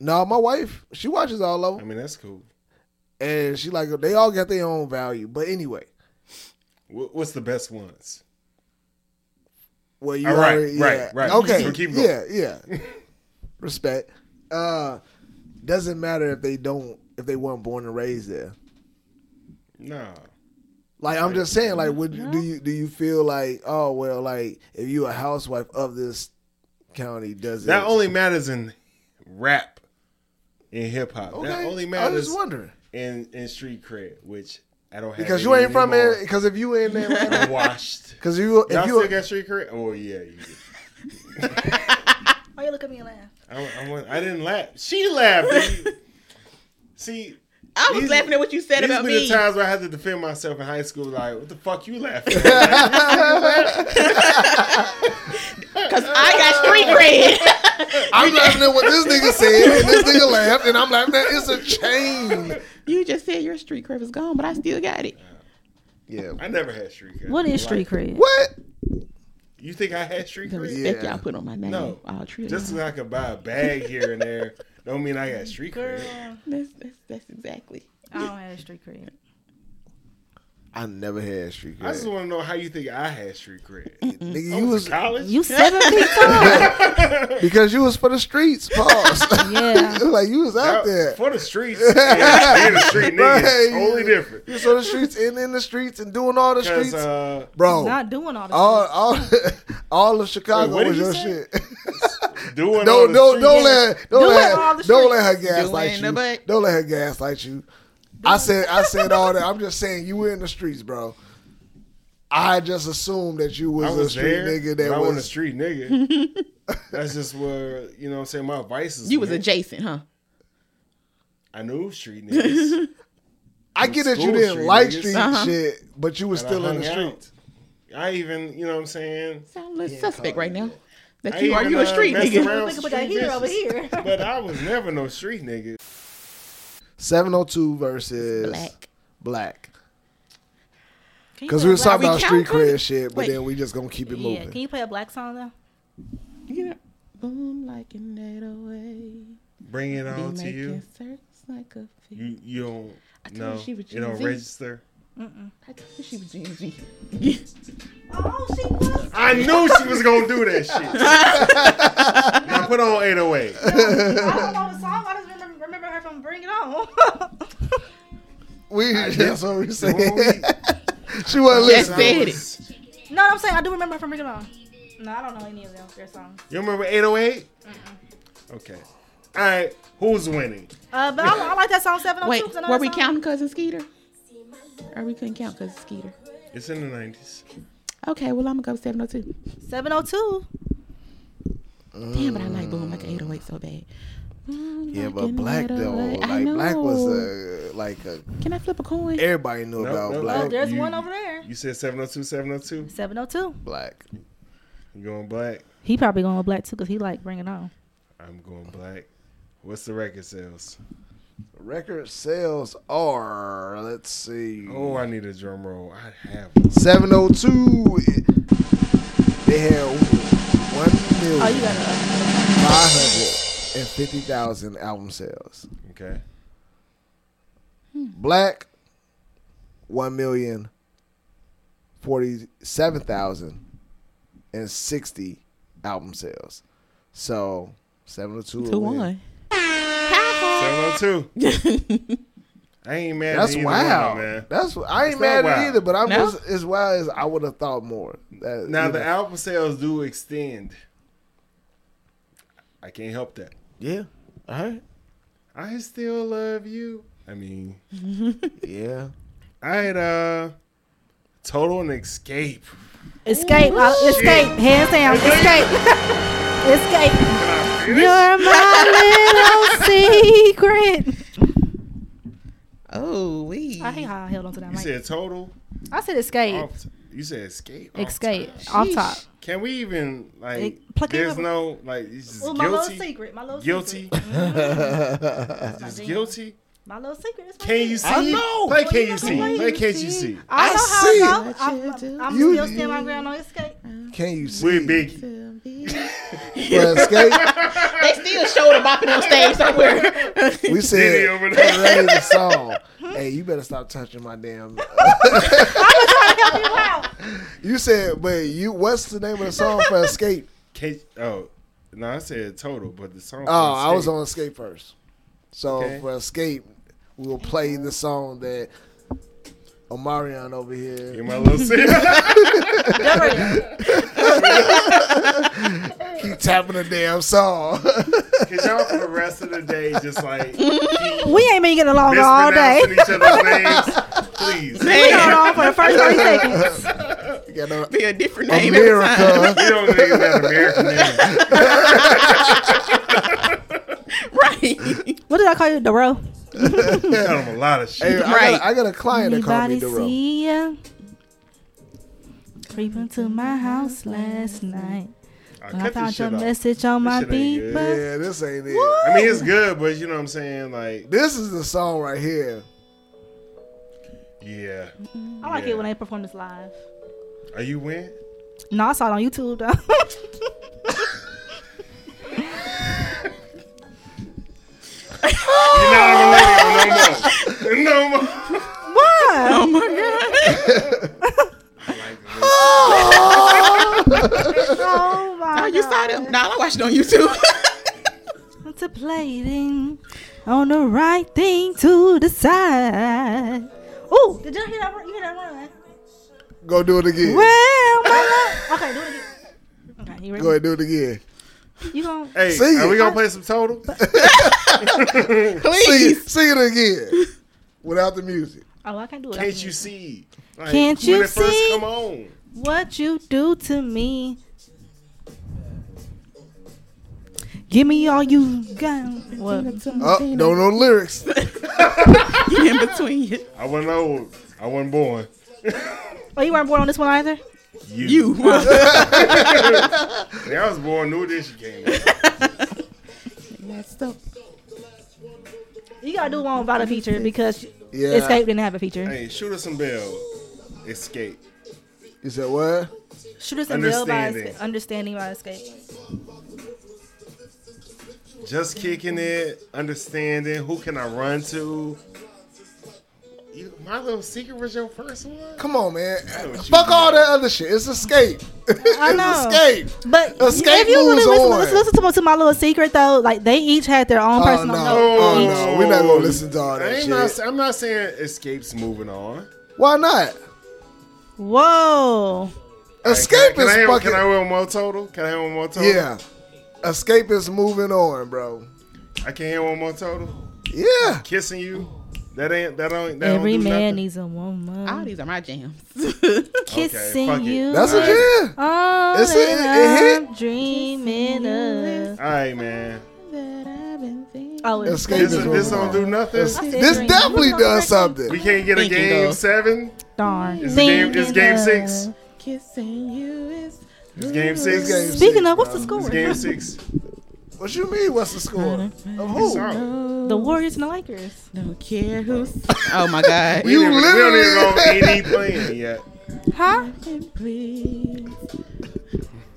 Speaker 3: No, my wife she watches all of
Speaker 2: I
Speaker 3: them,
Speaker 2: mean, that's cool.
Speaker 3: and she like they all got their own value. But anyway,
Speaker 2: Wh- What's the best ones?
Speaker 3: Well, you
Speaker 2: All right,
Speaker 3: already-
Speaker 2: right,
Speaker 3: yeah.
Speaker 2: right.
Speaker 3: Okay,
Speaker 2: So keep going.
Speaker 3: yeah, yeah. [LAUGHS] Respect. Uh, doesn't matter if they don't if they weren't born and raised there.
Speaker 2: Nah.
Speaker 3: Like I'm just saying, like, would you do you do you feel like oh well, like if you a housewife of this county, does
Speaker 2: That
Speaker 3: it?
Speaker 2: only matters in rap, in hip hop.
Speaker 3: okay.
Speaker 2: That only
Speaker 3: I was
Speaker 2: matters
Speaker 3: just wondering
Speaker 2: in in street cred, which I don't have
Speaker 3: because
Speaker 2: any
Speaker 3: you ain't from
Speaker 2: anymore.
Speaker 3: it. Because if you in there, [LAUGHS]
Speaker 2: I'm washed.
Speaker 3: because you if
Speaker 2: Y'all
Speaker 3: you
Speaker 2: still got street cred? Oh yeah, you do.
Speaker 1: Oh, Why you look at me and laugh?
Speaker 2: I, I, went- I didn't laugh. She laughed.
Speaker 3: [LAUGHS]
Speaker 2: See,
Speaker 4: I was
Speaker 2: These-
Speaker 4: laughing at what you said
Speaker 2: these
Speaker 4: about
Speaker 2: be
Speaker 4: me.
Speaker 2: the times where I had to defend myself in high school. Like, what the fuck you laughing?
Speaker 3: [LAUGHS]
Speaker 2: at?
Speaker 4: Because I got [LAUGHS] street cred.
Speaker 2: [LAUGHS]
Speaker 3: I'm laughing at what this nigga said, and this nigga laughed, and I'm laughing at it's a chain.
Speaker 4: you just said your street cred is gone, but I still got it.
Speaker 3: Yeah.
Speaker 2: I never had street cred.
Speaker 1: What is
Speaker 2: Like,
Speaker 1: street cred?
Speaker 3: What?
Speaker 2: You think I had street
Speaker 4: The
Speaker 2: cred?
Speaker 4: respect
Speaker 3: Yeah.
Speaker 4: y'all put on my name.
Speaker 2: No.
Speaker 4: All true.
Speaker 2: Just so I could buy a bag here and there, don't mean I got street
Speaker 1: Girl,
Speaker 2: cred.
Speaker 4: that's, that's, that's exactly.
Speaker 1: I don't have street cred.
Speaker 3: I never had street
Speaker 2: I just
Speaker 3: cred.
Speaker 2: want to know how you think I had street cred.
Speaker 3: Nigga,
Speaker 2: I
Speaker 3: you
Speaker 2: was
Speaker 3: was
Speaker 2: in college.
Speaker 1: You seven feet tall.
Speaker 2: [LAUGHS]
Speaker 3: because you was for the streets, pause.
Speaker 1: [LAUGHS] [LAUGHS] Yeah.
Speaker 3: [LAUGHS] like you was out
Speaker 2: Out
Speaker 3: there.
Speaker 2: for the streets,
Speaker 3: [LAUGHS]
Speaker 2: and being a street nigga,
Speaker 3: Right.
Speaker 2: totally different.
Speaker 3: You saw the streets and in the streets and doing all the
Speaker 2: Because
Speaker 3: streets,
Speaker 2: uh,
Speaker 3: bro.
Speaker 1: Not doing all the
Speaker 3: all all [LAUGHS] all of Chicago
Speaker 2: Wait, what
Speaker 3: was
Speaker 2: did
Speaker 3: your
Speaker 2: you
Speaker 3: shit.
Speaker 2: doing all
Speaker 3: don't
Speaker 2: the
Speaker 3: don't
Speaker 2: street-
Speaker 3: don't let don't
Speaker 1: Do it all the
Speaker 3: let don't let her
Speaker 1: streets.
Speaker 4: Do it in
Speaker 3: gaslight
Speaker 4: the
Speaker 3: you.
Speaker 4: butt.
Speaker 3: Don't let her gaslight you. I said I said
Speaker 1: [LAUGHS]
Speaker 3: all that. I'm just saying you were in the streets, bro. I just assumed that you
Speaker 2: I
Speaker 3: was,
Speaker 2: was
Speaker 3: a street
Speaker 2: there.
Speaker 3: nigga
Speaker 2: but I
Speaker 3: that
Speaker 2: wasn't a
Speaker 3: was.
Speaker 2: street nigga.
Speaker 4: [LAUGHS]
Speaker 2: That's just where you know. what I'm saying my vices.
Speaker 4: You was
Speaker 2: went.
Speaker 4: adjacent, huh?
Speaker 2: I knew
Speaker 4: [LAUGHS]
Speaker 2: street niggas.
Speaker 3: I get that you
Speaker 2: school
Speaker 3: didn't
Speaker 2: street
Speaker 3: like
Speaker 2: niggas.
Speaker 3: street
Speaker 4: Uh-huh.
Speaker 3: shit, but you was
Speaker 2: and I
Speaker 3: still in the
Speaker 2: hung
Speaker 3: street.
Speaker 2: out. I even, you know what I'm saying?
Speaker 4: Sound a little suspect right now. That
Speaker 2: I
Speaker 4: you are
Speaker 2: even,
Speaker 4: you
Speaker 2: uh,
Speaker 4: a street
Speaker 2: messed
Speaker 4: nigga?
Speaker 2: around
Speaker 1: Look at what I
Speaker 2: street
Speaker 1: hear over
Speaker 2: bitches.
Speaker 1: here.
Speaker 2: [LAUGHS] But I was never no street nigga.
Speaker 3: 702 versus
Speaker 4: Black.
Speaker 3: Black.
Speaker 1: Can you
Speaker 3: Because
Speaker 1: play
Speaker 3: we
Speaker 1: a
Speaker 3: was
Speaker 1: black-
Speaker 3: talking about street
Speaker 4: counting?
Speaker 3: cred shit, but
Speaker 4: Wait.
Speaker 3: then we just gonna keep it
Speaker 1: Yeah, can
Speaker 3: moving.
Speaker 1: you play a black song though?
Speaker 4: You know, boom like in that away.
Speaker 2: Bring it on to you.
Speaker 4: circles like a fish.
Speaker 2: You you don't
Speaker 4: told
Speaker 2: know.
Speaker 4: you she was
Speaker 2: It don't
Speaker 4: Gen Z.
Speaker 2: register.
Speaker 4: I told you she was Gen Z. [LAUGHS]
Speaker 1: Oh, she was. [LAUGHS]
Speaker 2: I knew she was gonna do that
Speaker 4: [LAUGHS]
Speaker 2: shit.
Speaker 3: [LAUGHS]
Speaker 2: now put on 808.
Speaker 1: I don't know the song. I just remember, remember her from Bring It On. [LAUGHS]
Speaker 3: We that's what we saying. [LAUGHS] she
Speaker 4: Just
Speaker 3: wasn't listening.
Speaker 4: said it.
Speaker 2: was-
Speaker 1: no, I'm saying I do remember her from Bring It On. No, I don't know any of them, their songs.
Speaker 2: You remember 808? Okay. All right. Who's winning?
Speaker 1: Uh, but I, I like that song 702.
Speaker 4: Wait,
Speaker 1: It's another
Speaker 4: were we
Speaker 1: song.
Speaker 4: counting cousin Skeeter? Or we couldn't count cousin Skeeter?
Speaker 2: It's in the 90s.
Speaker 4: Okay, well I'm gonna go seven oh two.
Speaker 1: 702.
Speaker 4: Damn, but I like boom like an eight oh eight so bad. Boom
Speaker 3: Yeah,
Speaker 4: like
Speaker 3: but
Speaker 4: an
Speaker 3: Black
Speaker 4: 808.
Speaker 3: though,
Speaker 4: I
Speaker 3: like Black was
Speaker 4: know.
Speaker 3: a like a
Speaker 4: Can I flip a coin?
Speaker 3: everybody knew
Speaker 2: No,
Speaker 3: about
Speaker 2: no,
Speaker 1: Oh,
Speaker 3: Black.
Speaker 1: there's
Speaker 2: you-
Speaker 1: one over there.
Speaker 2: You said 702, 702.
Speaker 1: 702.
Speaker 3: Black.
Speaker 2: You going black?
Speaker 1: He probably going with black too because he like Bring It On.
Speaker 2: I'm going black. What's the record sales?
Speaker 3: Record sales are let's see,
Speaker 2: Oh, I need a drum roll. I have one.
Speaker 3: seven oh two. They had one
Speaker 1: Oh,
Speaker 3: million
Speaker 1: you got to.
Speaker 3: five hundred and fifty thousand album sales.
Speaker 2: Okay.
Speaker 3: Black, one million forty-seven thousand and sixty album sales. So seven to two.
Speaker 4: Two
Speaker 3: will win.
Speaker 4: one. [LAUGHS]
Speaker 2: 702. I ain't mad
Speaker 3: That's
Speaker 2: at either
Speaker 3: wow.
Speaker 2: one, man.
Speaker 3: That's I ain't
Speaker 2: It's
Speaker 3: mad
Speaker 2: not
Speaker 3: at
Speaker 2: wow.
Speaker 3: either, but I'm
Speaker 4: No?
Speaker 3: just as wild as I would have thought more. That,
Speaker 2: Now,
Speaker 3: you
Speaker 2: the
Speaker 3: know.
Speaker 2: album sales do extend. I can't help that.
Speaker 3: yeah, all right,
Speaker 2: I still love you. I mean,
Speaker 3: [LAUGHS] yeah.
Speaker 2: I had uh, Total and Escape.
Speaker 1: Escape. I, escape. Hands down. Escape. [LAUGHS] escape. You're [LAUGHS] my little secret.
Speaker 4: Oh we
Speaker 1: I
Speaker 4: [LAUGHS]
Speaker 1: hate how I held on to that
Speaker 2: You
Speaker 1: mic.
Speaker 2: said Total.
Speaker 1: I said escape.
Speaker 2: Off, you said Escape. off
Speaker 1: escape.
Speaker 2: top.
Speaker 1: Off
Speaker 4: Sheesh.
Speaker 1: top.
Speaker 2: Can we even like?
Speaker 1: It- pluck it
Speaker 2: there's
Speaker 1: up.
Speaker 2: no like. It's just
Speaker 1: Well, my little
Speaker 2: guilty.
Speaker 1: secret. My little
Speaker 2: Guilty.
Speaker 1: secret.
Speaker 2: Just
Speaker 1: Damn.
Speaker 2: guilty.
Speaker 1: My little secret is my
Speaker 2: Can you
Speaker 1: secret.
Speaker 2: see?
Speaker 3: I
Speaker 2: Play
Speaker 3: know.
Speaker 1: Well,
Speaker 2: can you
Speaker 1: know
Speaker 2: see?
Speaker 1: the way
Speaker 2: Play can't you see?
Speaker 1: I,
Speaker 3: I
Speaker 1: know
Speaker 3: see.
Speaker 1: how
Speaker 4: What
Speaker 1: I
Speaker 4: you
Speaker 1: go.
Speaker 4: do.
Speaker 1: I'm, I'm
Speaker 3: You-
Speaker 1: still standing my ground on escape.
Speaker 3: Can you see?
Speaker 2: We big.
Speaker 4: to
Speaker 2: [LAUGHS]
Speaker 4: be-
Speaker 3: For escape,
Speaker 4: They still showed a bopping on stage somewhere.
Speaker 3: we
Speaker 2: Diddy
Speaker 3: said
Speaker 2: over there.
Speaker 3: play the song. Hey, you better stop touching my damn. uh,
Speaker 1: Wow.
Speaker 3: You said, but you what's the name of the song for
Speaker 4: [LAUGHS]
Speaker 3: Escape?
Speaker 2: Can, oh, no, I said total, but the song.
Speaker 3: Oh, I was
Speaker 2: Escape-
Speaker 3: on Escape first. So
Speaker 2: Okay.
Speaker 3: for Escape, we'll play the song that Omarion over
Speaker 2: You're
Speaker 3: here
Speaker 2: my little
Speaker 3: [LAUGHS]
Speaker 2: secret.
Speaker 3: keep tapping the damn song. [LAUGHS]
Speaker 2: Cause y'all for the rest of the day just like keep
Speaker 1: We ain't been getting along [LAUGHS] all day.
Speaker 2: mispronouncing each other's names. Please. [LAUGHS]
Speaker 1: We got on for the first 30 seconds.
Speaker 3: You got a-
Speaker 4: Be a different name every time. [LAUGHS]
Speaker 3: America.
Speaker 2: You don't need that American name.
Speaker 4: Right.
Speaker 1: What did I call you, Doro?
Speaker 2: I got him a lot of shit.
Speaker 3: Hey, I,
Speaker 4: Right.
Speaker 3: got, a- I got a client that called me
Speaker 1: Anybody
Speaker 3: Duro.
Speaker 1: see ya? Creeping to my house last night.
Speaker 2: I
Speaker 1: I
Speaker 2: cut this
Speaker 1: found your
Speaker 2: shit off.
Speaker 1: message on my
Speaker 2: shit ain't good.
Speaker 1: beeper.
Speaker 3: Yeah, this ain't it.
Speaker 2: I mean, it's good, but you know what I'm saying? Like,
Speaker 3: This is the song right here.
Speaker 2: yeah.
Speaker 1: I like
Speaker 2: Yeah.
Speaker 1: it when they perform this live.
Speaker 2: Are you in?
Speaker 1: No, I saw it on YouTube though. [LAUGHS]
Speaker 2: You're not a millennial
Speaker 1: [LAUGHS]
Speaker 2: no more. No more.
Speaker 1: Why? [LAUGHS] Oh [LAUGHS] my
Speaker 4: Oh, you
Speaker 1: God.
Speaker 4: saw them? No, I watched it on YouTube.
Speaker 1: to plating on the right thing to decide. Ooh, did y'all hear that? run- You hear that run?
Speaker 3: Go do it again.
Speaker 1: Well, my love. Okay, do it again. Okay, you ready?
Speaker 3: Go ahead, do it again.
Speaker 1: You gon'
Speaker 2: Hey,
Speaker 3: See
Speaker 2: are we
Speaker 3: it.
Speaker 2: going to play some total?
Speaker 3: Sing it,
Speaker 4: Please.
Speaker 3: sing it
Speaker 4: [LAUGHS]
Speaker 3: again without the music.
Speaker 1: Oh, I can't do it.
Speaker 2: Can't you see? Like,
Speaker 1: Can't
Speaker 2: when
Speaker 1: you
Speaker 2: it first
Speaker 1: see?
Speaker 2: come on.
Speaker 1: What you do to me? Give me all you got. What?
Speaker 3: Oh,
Speaker 4: [LAUGHS]
Speaker 3: don't know the lyrics.
Speaker 4: You in between you.
Speaker 2: I wasn't old. I wasn't born.
Speaker 1: Oh, you weren't born on this one either.
Speaker 2: You.
Speaker 1: [LAUGHS]
Speaker 2: [LAUGHS]
Speaker 4: You.
Speaker 2: When I was born, new edition came out.
Speaker 4: Messed up.
Speaker 1: You gotta do one without a feature because
Speaker 3: Yeah.
Speaker 1: Escape didn't have a feature.
Speaker 2: Hey, shoot us some bell. Escape.
Speaker 3: You said what?
Speaker 1: Shoot us a bill by Escape- understanding
Speaker 2: Understanding.
Speaker 1: by Escape.
Speaker 2: Just kicking it, understanding who can I run to. You, my little secret was your first one.
Speaker 3: Come on, man.
Speaker 2: what you
Speaker 3: Fuck
Speaker 2: mean.
Speaker 3: all that other shit. It's escape.
Speaker 1: I know.
Speaker 3: it's escape.
Speaker 1: But
Speaker 3: Escape
Speaker 1: if you really
Speaker 3: moves
Speaker 1: listen,
Speaker 3: on.
Speaker 1: listen, listen to, my, to my little secret though, like they each had their own
Speaker 3: Oh
Speaker 1: personal
Speaker 3: no.
Speaker 1: note.
Speaker 3: Oh no. We're not gonna listen to all
Speaker 2: I
Speaker 3: that
Speaker 2: ain't
Speaker 3: shit.
Speaker 2: not, I'm not saying escape's moving on.
Speaker 3: Why not?
Speaker 1: Whoa.
Speaker 2: can I,
Speaker 3: Escape
Speaker 2: can I
Speaker 3: is
Speaker 2: hear-
Speaker 3: fucking
Speaker 2: Can I hear one more total? Can I hear one more total?
Speaker 3: Yeah. Escape is moving on, bro.
Speaker 2: I can hear one more total.
Speaker 3: Yeah.
Speaker 2: Kissing you. That ain't. That don't. That
Speaker 1: Every
Speaker 2: don't do
Speaker 1: man
Speaker 2: nothing.
Speaker 1: needs a woman.
Speaker 4: All these are my jams. [LAUGHS]
Speaker 1: Kissing
Speaker 2: fuck it.
Speaker 1: you.
Speaker 3: That's a
Speaker 2: Alright.
Speaker 3: jam.
Speaker 1: all
Speaker 3: It's a- it-
Speaker 1: that
Speaker 3: it hit.
Speaker 1: I'm dreaming of.
Speaker 2: All right, man.
Speaker 1: Oh, it's
Speaker 3: Escape
Speaker 2: This,
Speaker 3: is
Speaker 2: is, this
Speaker 3: moving
Speaker 2: don't
Speaker 3: on.
Speaker 2: do nothing.
Speaker 1: I said
Speaker 3: This
Speaker 1: dream.
Speaker 3: definitely
Speaker 1: You was on
Speaker 3: does
Speaker 1: the record.
Speaker 3: something.
Speaker 2: We can't get a
Speaker 4: Thinking
Speaker 2: game
Speaker 4: of-
Speaker 2: seven.
Speaker 1: Darn.
Speaker 2: It's game. It's
Speaker 1: Thinking
Speaker 2: game
Speaker 1: of-
Speaker 2: six.
Speaker 4: Kissing you is.
Speaker 2: It's game
Speaker 3: This
Speaker 2: six.
Speaker 3: game
Speaker 2: It's
Speaker 1: Speaking
Speaker 3: sick,
Speaker 1: of, what's the
Speaker 3: bro.
Speaker 1: score?
Speaker 2: game six.
Speaker 3: What you mean? What's the score? Of who?
Speaker 2: Song.
Speaker 1: The Warriors and Oh. the Lakers.
Speaker 4: Don't care who's. Oh my [LAUGHS] God.
Speaker 2: We
Speaker 3: You
Speaker 2: didn't even- We don't
Speaker 3: literally- [LAUGHS]
Speaker 2: even know AD playing yet.
Speaker 1: Huh?
Speaker 4: Please.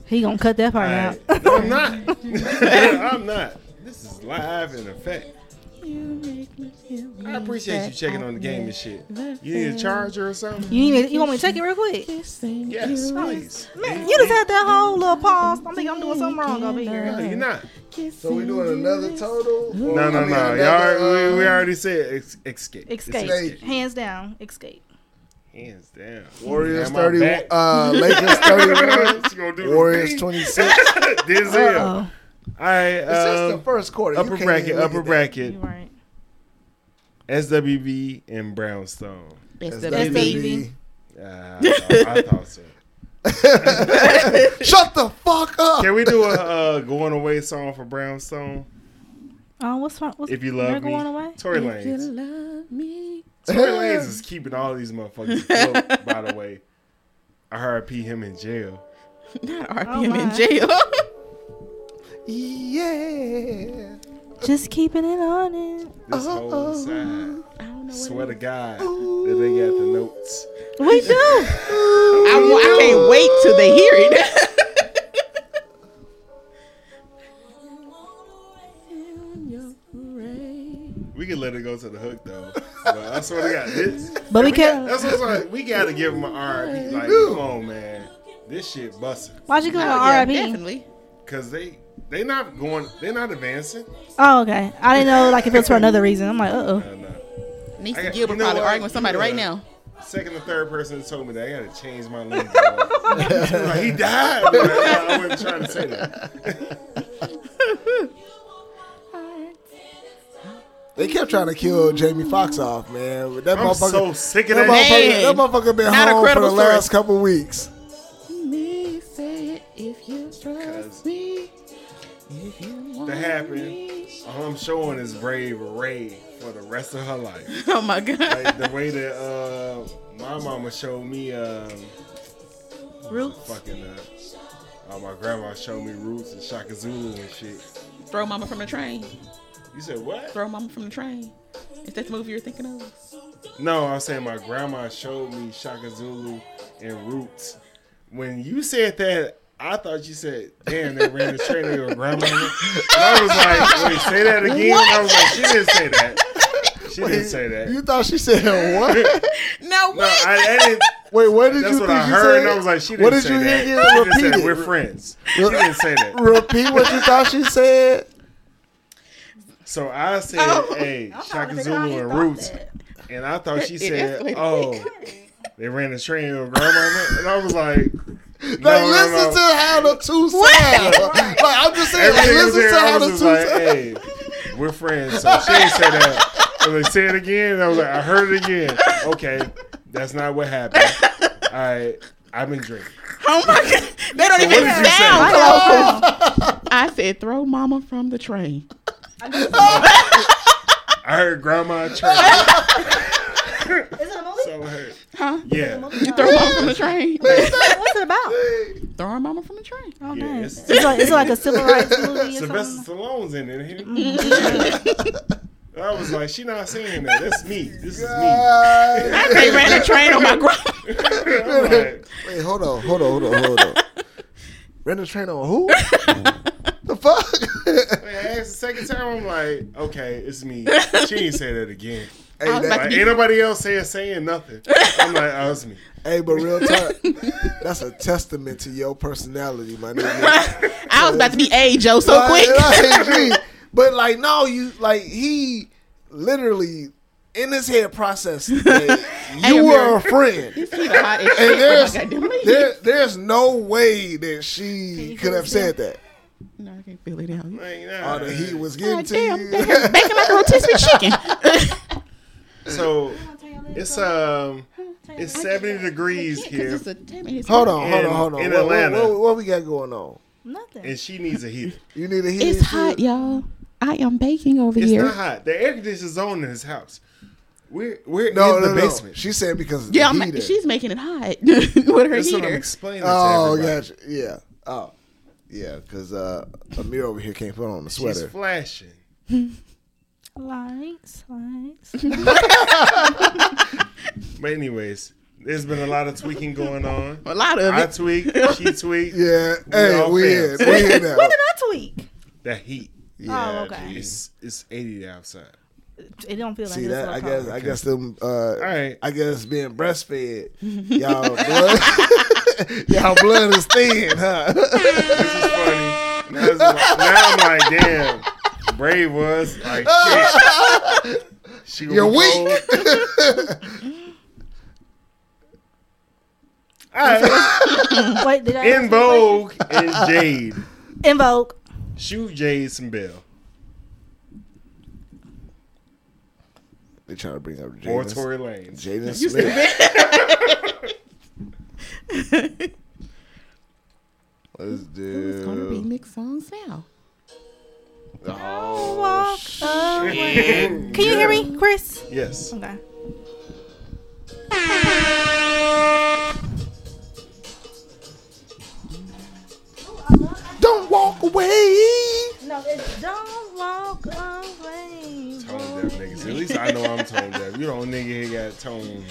Speaker 1: He gonna cut that part out. [LAUGHS]
Speaker 2: Alright. No, I'm not. [LAUGHS] I'm not. This is live in effect.
Speaker 4: You make me feel.
Speaker 2: I appreciate you checking on the game and shit. You need a charger or something?
Speaker 1: You need, you want me to check it real quick?
Speaker 4: Kissing
Speaker 2: Yes,
Speaker 4: you is.
Speaker 2: please.
Speaker 1: Man, you just had that whole little pause. I think I'm doing something wrong over here.
Speaker 2: No, you're not.
Speaker 4: Kissing
Speaker 3: So we doing
Speaker 4: you
Speaker 3: another
Speaker 4: is-
Speaker 3: total?
Speaker 2: No, no, no. Y'all, already-
Speaker 3: uh,
Speaker 2: we, we already said ex- escape. It's
Speaker 1: Escape.
Speaker 3: Escape.
Speaker 1: Hands down, escape.
Speaker 2: Hands down.
Speaker 3: Warriors
Speaker 2: Am I
Speaker 3: thirty.
Speaker 2: back? [LAUGHS]
Speaker 3: Uh, Lakers thirty-one.
Speaker 2: She gonna do the
Speaker 3: Warriors
Speaker 2: thing.
Speaker 3: twenty-six.
Speaker 2: [LAUGHS] Denzel. All
Speaker 1: Uh-oh.
Speaker 2: right.
Speaker 3: It's just
Speaker 2: Um,
Speaker 3: the first quarter. You
Speaker 2: upper
Speaker 3: can't
Speaker 2: bracket.
Speaker 3: even look
Speaker 2: Upper
Speaker 3: at that.
Speaker 2: bracket.
Speaker 1: You're right.
Speaker 2: SWV and Brownstone.
Speaker 4: That's
Speaker 1: That's
Speaker 3: That's
Speaker 4: the
Speaker 3: WB.
Speaker 4: baby.
Speaker 2: Uh, I, I thought so.
Speaker 3: [LAUGHS] Shut the fuck up.
Speaker 2: Can we do a uh, going away song for Brownstone?
Speaker 1: Oh, what's wrong? What's,
Speaker 2: If you
Speaker 1: they're
Speaker 2: love me,
Speaker 1: going away?
Speaker 2: Tory
Speaker 4: If you
Speaker 2: Lanez.
Speaker 4: love me.
Speaker 2: Tory Lanez is keeping all these motherfuckers afloat, by the way. I heard P him in jail.
Speaker 4: Not
Speaker 1: Oh,
Speaker 4: RPM
Speaker 1: my.
Speaker 4: in jail.
Speaker 3: Yeah.
Speaker 1: Just keeping it on it.
Speaker 2: This
Speaker 4: Oh,
Speaker 2: whole side.
Speaker 4: I don't know [LAUGHS] what
Speaker 2: Swear to God that they got the notes.
Speaker 1: We do.
Speaker 4: I, wa- I can't wait till they hear [LAUGHS] it.
Speaker 2: We can let it go to the hook though. But I swear to God, this,
Speaker 1: But we
Speaker 2: got,
Speaker 1: can't.
Speaker 2: that's what's like. We gotta give him an RIP. Like, come on, man, this shit busting.
Speaker 1: Why'd you give him
Speaker 4: Oh, yeah,
Speaker 1: an RIP?
Speaker 4: definitely.
Speaker 2: Cause they they not going, they not advancing.
Speaker 1: Oh, okay. I didn't know like if it was for another reason. I'm like, uh
Speaker 2: No, no. I
Speaker 4: Nisa
Speaker 2: got-
Speaker 4: Gilbert
Speaker 2: you know
Speaker 4: probably
Speaker 2: what?
Speaker 4: arguing with somebody right
Speaker 2: Yeah.
Speaker 4: now.
Speaker 2: Second or third person told me that I gotta change my language. [LAUGHS] like, he died. Like, I, I wasn't trying to say that.
Speaker 3: They kept trying to kill Jamie Fox off, man. But that
Speaker 2: I'm
Speaker 3: motherfucker.
Speaker 2: so sick of
Speaker 3: that
Speaker 2: that.
Speaker 4: Man.
Speaker 3: motherfucker, that motherfucker been
Speaker 4: Not a
Speaker 3: home for the
Speaker 4: credible
Speaker 3: last
Speaker 4: source.
Speaker 3: couple weeks.
Speaker 4: If you
Speaker 2: Cause-
Speaker 4: trust me, if you want
Speaker 2: That happened.
Speaker 4: me.
Speaker 2: All I'm showing is Brave Ray for the rest of her life.
Speaker 4: [LAUGHS] Oh my god.
Speaker 2: Like the way that uh, my mama showed me um,
Speaker 1: Roots.
Speaker 2: fucking uh, uh, my grandma showed me Roots and Shaka Zulu and shit.
Speaker 4: [LAUGHS] Throw mama from the train.
Speaker 2: You said what?
Speaker 4: Throw mama from the train. Is that the movie you're thinking of?
Speaker 2: No, I'm saying my grandma showed me Shaka Zulu and Roots. When you said that, I thought you said, "Damn, they ran the train to your grandma." And I was like, "Wait, say that again." I was like, "She didn't say that. She didn't say that."
Speaker 3: You thought she said
Speaker 2: [LAUGHS]
Speaker 3: what?
Speaker 4: No,
Speaker 2: no, I, I didn't.
Speaker 3: Wait, what did
Speaker 2: That's
Speaker 3: you
Speaker 2: what I
Speaker 3: think you
Speaker 2: heard,
Speaker 3: said?
Speaker 2: and I was like, "She didn't
Speaker 3: What did
Speaker 2: say
Speaker 3: you hear
Speaker 2: that."
Speaker 3: again?
Speaker 2: She didn't say
Speaker 3: Repeat
Speaker 2: that.
Speaker 3: it.
Speaker 2: We're friends. She
Speaker 3: Re-
Speaker 2: didn't say that.
Speaker 3: Repeat what you thought
Speaker 2: [LAUGHS]
Speaker 3: she said.
Speaker 2: So I said, "Hey,
Speaker 1: I'm trying to
Speaker 2: Shaka
Speaker 1: figure out how
Speaker 2: Zulu
Speaker 1: he
Speaker 2: and
Speaker 1: thought
Speaker 2: Roots,"
Speaker 1: that.
Speaker 2: and I thought
Speaker 1: [LAUGHS]
Speaker 2: she
Speaker 4: It
Speaker 2: said,
Speaker 4: escalated.
Speaker 2: "Oh, they ran the train to your grandma," and I was like, "No,
Speaker 3: Like,
Speaker 2: no,
Speaker 3: listen
Speaker 2: no."
Speaker 3: to how the two sound. like, I'm just saying, like,
Speaker 2: Everything was
Speaker 3: listen
Speaker 2: there.
Speaker 3: to
Speaker 2: I
Speaker 3: how the
Speaker 2: was
Speaker 3: two
Speaker 2: just like,
Speaker 3: sound.
Speaker 2: hey, we're friends. So she didn't say that. I was like, say it again. And I was like, I heard it again. Okay, that's not what happened. All right, I've been drinking.
Speaker 4: Oh my god. [LAUGHS] They don't
Speaker 2: What
Speaker 4: even
Speaker 2: did you say? I
Speaker 4: sound
Speaker 1: Oh,
Speaker 4: close. I said throw mama from the train.
Speaker 2: heard grandma try.
Speaker 1: Is it a movie?
Speaker 2: So I heard.
Speaker 4: Huh?
Speaker 2: Yeah.
Speaker 4: Throw mama [LAUGHS] from the train.
Speaker 1: What's it about?
Speaker 4: throw mama from the train.
Speaker 1: Oh,
Speaker 2: Yeah,
Speaker 1: dang.
Speaker 2: it's-
Speaker 1: It's like, it's like a civil rights movie or something.
Speaker 2: [LAUGHS] Sylvester Stallone's in it. here.
Speaker 3: [LAUGHS]
Speaker 2: I was like, she not saying that. That's me. This is me.
Speaker 3: Uh,
Speaker 4: They ran the train on [LAUGHS] my grandma.
Speaker 2: I'm like,
Speaker 3: Wait, hold on, hold on, hold on, hold
Speaker 4: [LAUGHS]
Speaker 3: on. Ran the train on who? the fuck? [LAUGHS]
Speaker 2: man, that's the second time I'm like, okay, it's me. She ain't say that again.
Speaker 3: hey, that-
Speaker 2: Like, ain't nobody else saying saying nothing. I'm like, oh, it's me.
Speaker 3: hey, but
Speaker 4: [LAUGHS]
Speaker 3: real talk, that's a testament to your personality, my nigga.
Speaker 4: I was about to be A Joe so [LAUGHS]
Speaker 3: Like,
Speaker 4: quick.
Speaker 3: like, gee. but like, no, you like he literally in his head
Speaker 4: [LAUGHS]
Speaker 3: processed. that
Speaker 4: Hey,
Speaker 3: you were a
Speaker 4: America. [LAUGHS]
Speaker 3: friend.
Speaker 4: He the hot as
Speaker 3: And
Speaker 4: shit with "Oh my
Speaker 3: there's
Speaker 4: goddamn legs.
Speaker 3: there, there's no way that she could have said that.
Speaker 4: No, I can't feel it out.
Speaker 2: Like, nah.
Speaker 3: All the heat was getting
Speaker 4: God
Speaker 3: to
Speaker 4: damn, they
Speaker 3: you.
Speaker 4: have bacon like a rotisserie chicken. [LAUGHS]
Speaker 2: So it's um it's seventy degrees here,
Speaker 3: Hold on, hold
Speaker 2: In-
Speaker 3: on, hold on.
Speaker 2: in
Speaker 3: what, what-
Speaker 2: Atlanta.
Speaker 3: what- what we got going on?
Speaker 1: Nothing.
Speaker 2: and she needs a
Speaker 1: [LAUGHS]
Speaker 2: heater.
Speaker 3: You need a heat.
Speaker 4: It's hot, y'all. I am baking over
Speaker 2: It's
Speaker 4: here.
Speaker 2: not hot. The air conditioner's on in his house. We're we're
Speaker 3: No,
Speaker 2: in
Speaker 3: no,
Speaker 2: the
Speaker 3: no.
Speaker 2: basement.
Speaker 3: She said because of
Speaker 4: Yeah,
Speaker 3: the
Speaker 4: I'm,
Speaker 3: heater.
Speaker 4: she's making it hot [LAUGHS] with her
Speaker 2: That's what I'm
Speaker 4: heater.
Speaker 2: explaining to
Speaker 3: oh,
Speaker 2: everybody.
Speaker 3: gotcha. Yeah. Oh, yeah. Because uh, Amir over here can't put on the
Speaker 2: She's
Speaker 3: sweater.
Speaker 2: flashing.
Speaker 1: Lights, lights.
Speaker 2: But anyways, there's been a lot of tweaking
Speaker 1: [LAUGHS]
Speaker 2: going on.
Speaker 4: A lot of
Speaker 2: I
Speaker 4: it.
Speaker 2: tweak, she tweak.
Speaker 3: [LAUGHS] Yeah.
Speaker 2: We
Speaker 3: Hey,
Speaker 2: all
Speaker 3: we in.
Speaker 2: fans.
Speaker 3: We
Speaker 4: [LAUGHS]
Speaker 3: in now.
Speaker 1: What did I tweak?
Speaker 2: The heat.
Speaker 1: oh, okay.
Speaker 2: It's it's eighty outside.
Speaker 1: It don't feel like
Speaker 3: See
Speaker 1: it's
Speaker 3: that?
Speaker 1: so
Speaker 3: I
Speaker 1: cold.
Speaker 3: guess. I guess them. Uh, All
Speaker 2: right.
Speaker 3: I guess being
Speaker 4: [LAUGHS]
Speaker 3: breastfed. Y'all blood. [LAUGHS] y'all blood is thin, huh?
Speaker 2: This is funny. Now, it's like- now I'm like, damn, Brave was like shit. She gonna
Speaker 3: [LAUGHS] You're
Speaker 2: be
Speaker 3: weak.
Speaker 2: cold.
Speaker 1: Wait, did I ask you a question?
Speaker 2: In Vogue and Jade.
Speaker 1: In Vogue.
Speaker 2: Shoot Jade some bell.
Speaker 3: they trying to bring up
Speaker 2: Or
Speaker 3: Jaden.
Speaker 2: Tory Lanez.
Speaker 3: Jaden Smith. [LAUGHS] Let's
Speaker 4: It's gonna be
Speaker 3: do.
Speaker 4: mixed songs now.
Speaker 3: Oh,
Speaker 1: Walk away. Can you hear me, Chris?
Speaker 2: Yes.
Speaker 1: Okay.
Speaker 3: Don't walk away.
Speaker 1: No, it's don't walk away.
Speaker 2: Tone deaf niggas. At least I know I'm tone deaf. You don't nigga here got tone.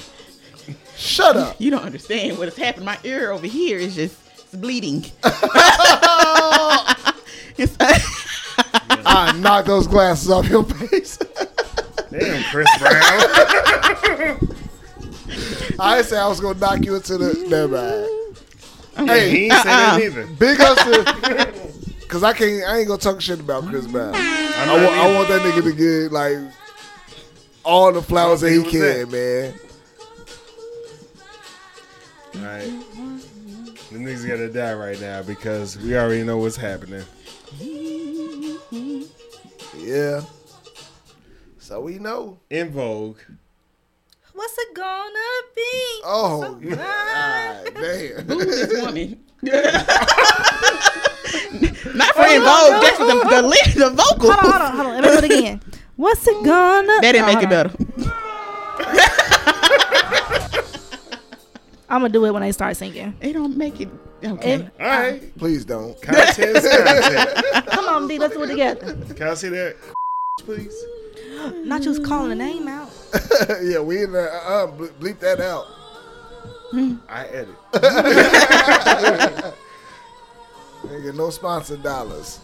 Speaker 3: Shut [LAUGHS] up.
Speaker 4: You don't understand what has happened. My ear over here is just it's bleeding. [LAUGHS] It's-
Speaker 3: I knock those glasses off your face. [LAUGHS]
Speaker 2: Damn, Chris Brown.
Speaker 3: I didn't say I was gonna knock you into the. Never mind.
Speaker 2: he
Speaker 3: [LAUGHS] Hey,
Speaker 2: ain't say that neither.
Speaker 3: big ups to. [LAUGHS] Cause I can't. I ain't gonna talk shit about Chris Brown.
Speaker 2: I'm
Speaker 3: I
Speaker 2: not
Speaker 3: want, I
Speaker 2: either.
Speaker 3: want that nigga to get like all the flowers that he
Speaker 2: Who's
Speaker 3: can,
Speaker 2: that?
Speaker 3: man.
Speaker 2: Alright. The niggas gotta die right now because we already know what's happening.
Speaker 3: Yeah. So we know.
Speaker 2: In Vogue,
Speaker 1: What's What's it gonna be?
Speaker 3: Oh,
Speaker 1: So
Speaker 3: God [LAUGHS] damn.
Speaker 4: Who is this woman? Not for involved. That's the the, li- the vocal.
Speaker 1: Hold on, hold on, hold on. Let me do it again. What's it gonna?
Speaker 4: That
Speaker 1: No,
Speaker 4: didn't make it
Speaker 1: hold on.
Speaker 4: better.
Speaker 1: I'm gonna do it when they start singing.
Speaker 4: It don't make it. Okay.
Speaker 1: It-
Speaker 2: All [LAUGHS] right.
Speaker 3: Please don't.
Speaker 2: Contest, contest.
Speaker 1: come on, D. Let's do it together.
Speaker 2: Can I see that, please?
Speaker 1: Not you was calling the name out.
Speaker 3: [LAUGHS] yeah, we in there. Uh, uh, ble- bleep that out.
Speaker 2: I edit.
Speaker 3: Nigga, no sponsor dollars.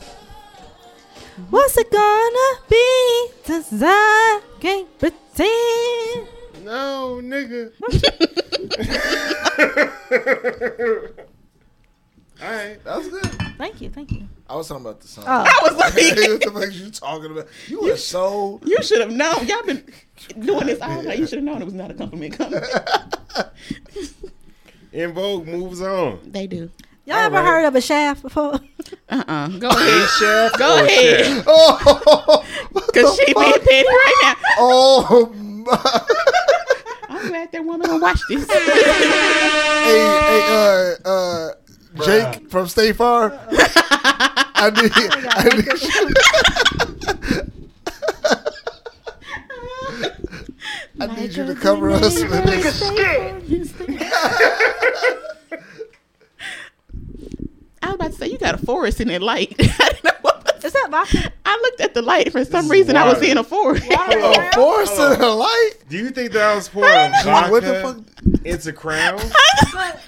Speaker 1: What's it gonna be? Since I can't pretend.
Speaker 2: No, nigga. [LAUGHS] All right.
Speaker 3: That was good.
Speaker 1: Thank you, thank you.
Speaker 3: I was talking about the song.
Speaker 1: Oh.
Speaker 4: I was like,
Speaker 3: [LAUGHS] what the fuck you talking about? You are so.
Speaker 4: you should have known. Y'all been doing this all night. You should have known it was not a compliment coming.
Speaker 2: In Vogue moves on.
Speaker 4: they do.
Speaker 1: Y'all ever heard of a shaft before? [LAUGHS]
Speaker 4: Uh uh Go ahead.
Speaker 2: Chef.
Speaker 4: Go ahead.
Speaker 3: Oh, what
Speaker 4: Cause
Speaker 3: the
Speaker 4: she
Speaker 3: fuck?
Speaker 4: being petty right now.
Speaker 3: [LAUGHS] Oh, my.
Speaker 4: I'm glad that woman don't watch this. Wait
Speaker 3: hey, hey, uh, uh, Jake from State Farm. I need, I need, [LAUGHS] I need you to cover us. with nigga.
Speaker 4: I was about to say you got a forest in that light. [LAUGHS] I didn't know what was-
Speaker 1: Is that vodka?
Speaker 4: I looked at the light for some reason. I was
Speaker 2: water.
Speaker 4: seeing a forest.
Speaker 3: A force to the light.
Speaker 2: Do you think that I was pouring vodka
Speaker 3: What the
Speaker 2: into Crown?
Speaker 1: But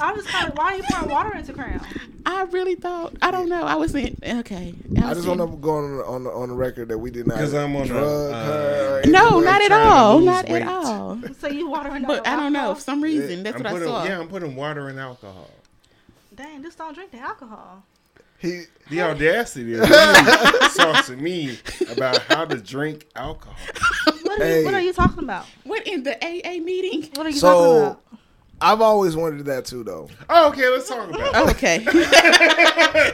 Speaker 1: I was kind of, why are you pouring water into Crown?
Speaker 4: [LAUGHS] I really thought. I don't know. I was in. Okay.
Speaker 3: I just want to go on on the, on the record that we did not
Speaker 2: 'Cause I'm on the,
Speaker 3: drug
Speaker 2: uh,
Speaker 3: her. or
Speaker 4: No,
Speaker 3: anything.
Speaker 4: not at
Speaker 2: trying to
Speaker 4: all.
Speaker 2: lose
Speaker 4: Not
Speaker 2: weight.
Speaker 4: at all.
Speaker 1: So you watering
Speaker 4: But I don't know. For some reason, that's
Speaker 2: I'm
Speaker 4: what I
Speaker 2: putting,
Speaker 4: saw.
Speaker 2: Yeah, I'm putting water and alcohol.
Speaker 1: Dang, just don't drink the alcohol.
Speaker 3: He,
Speaker 2: The audacity of you saucing me about how to drink alcohol.
Speaker 1: What are, you, what
Speaker 3: Hey.
Speaker 1: are you talking about?
Speaker 4: What in the AA meeting?
Speaker 1: What are you talking
Speaker 3: so
Speaker 1: about?
Speaker 3: I've always wanted that too, though.
Speaker 2: Oh, okay, let's talk about it.
Speaker 4: Oh, okay.
Speaker 2: [LAUGHS]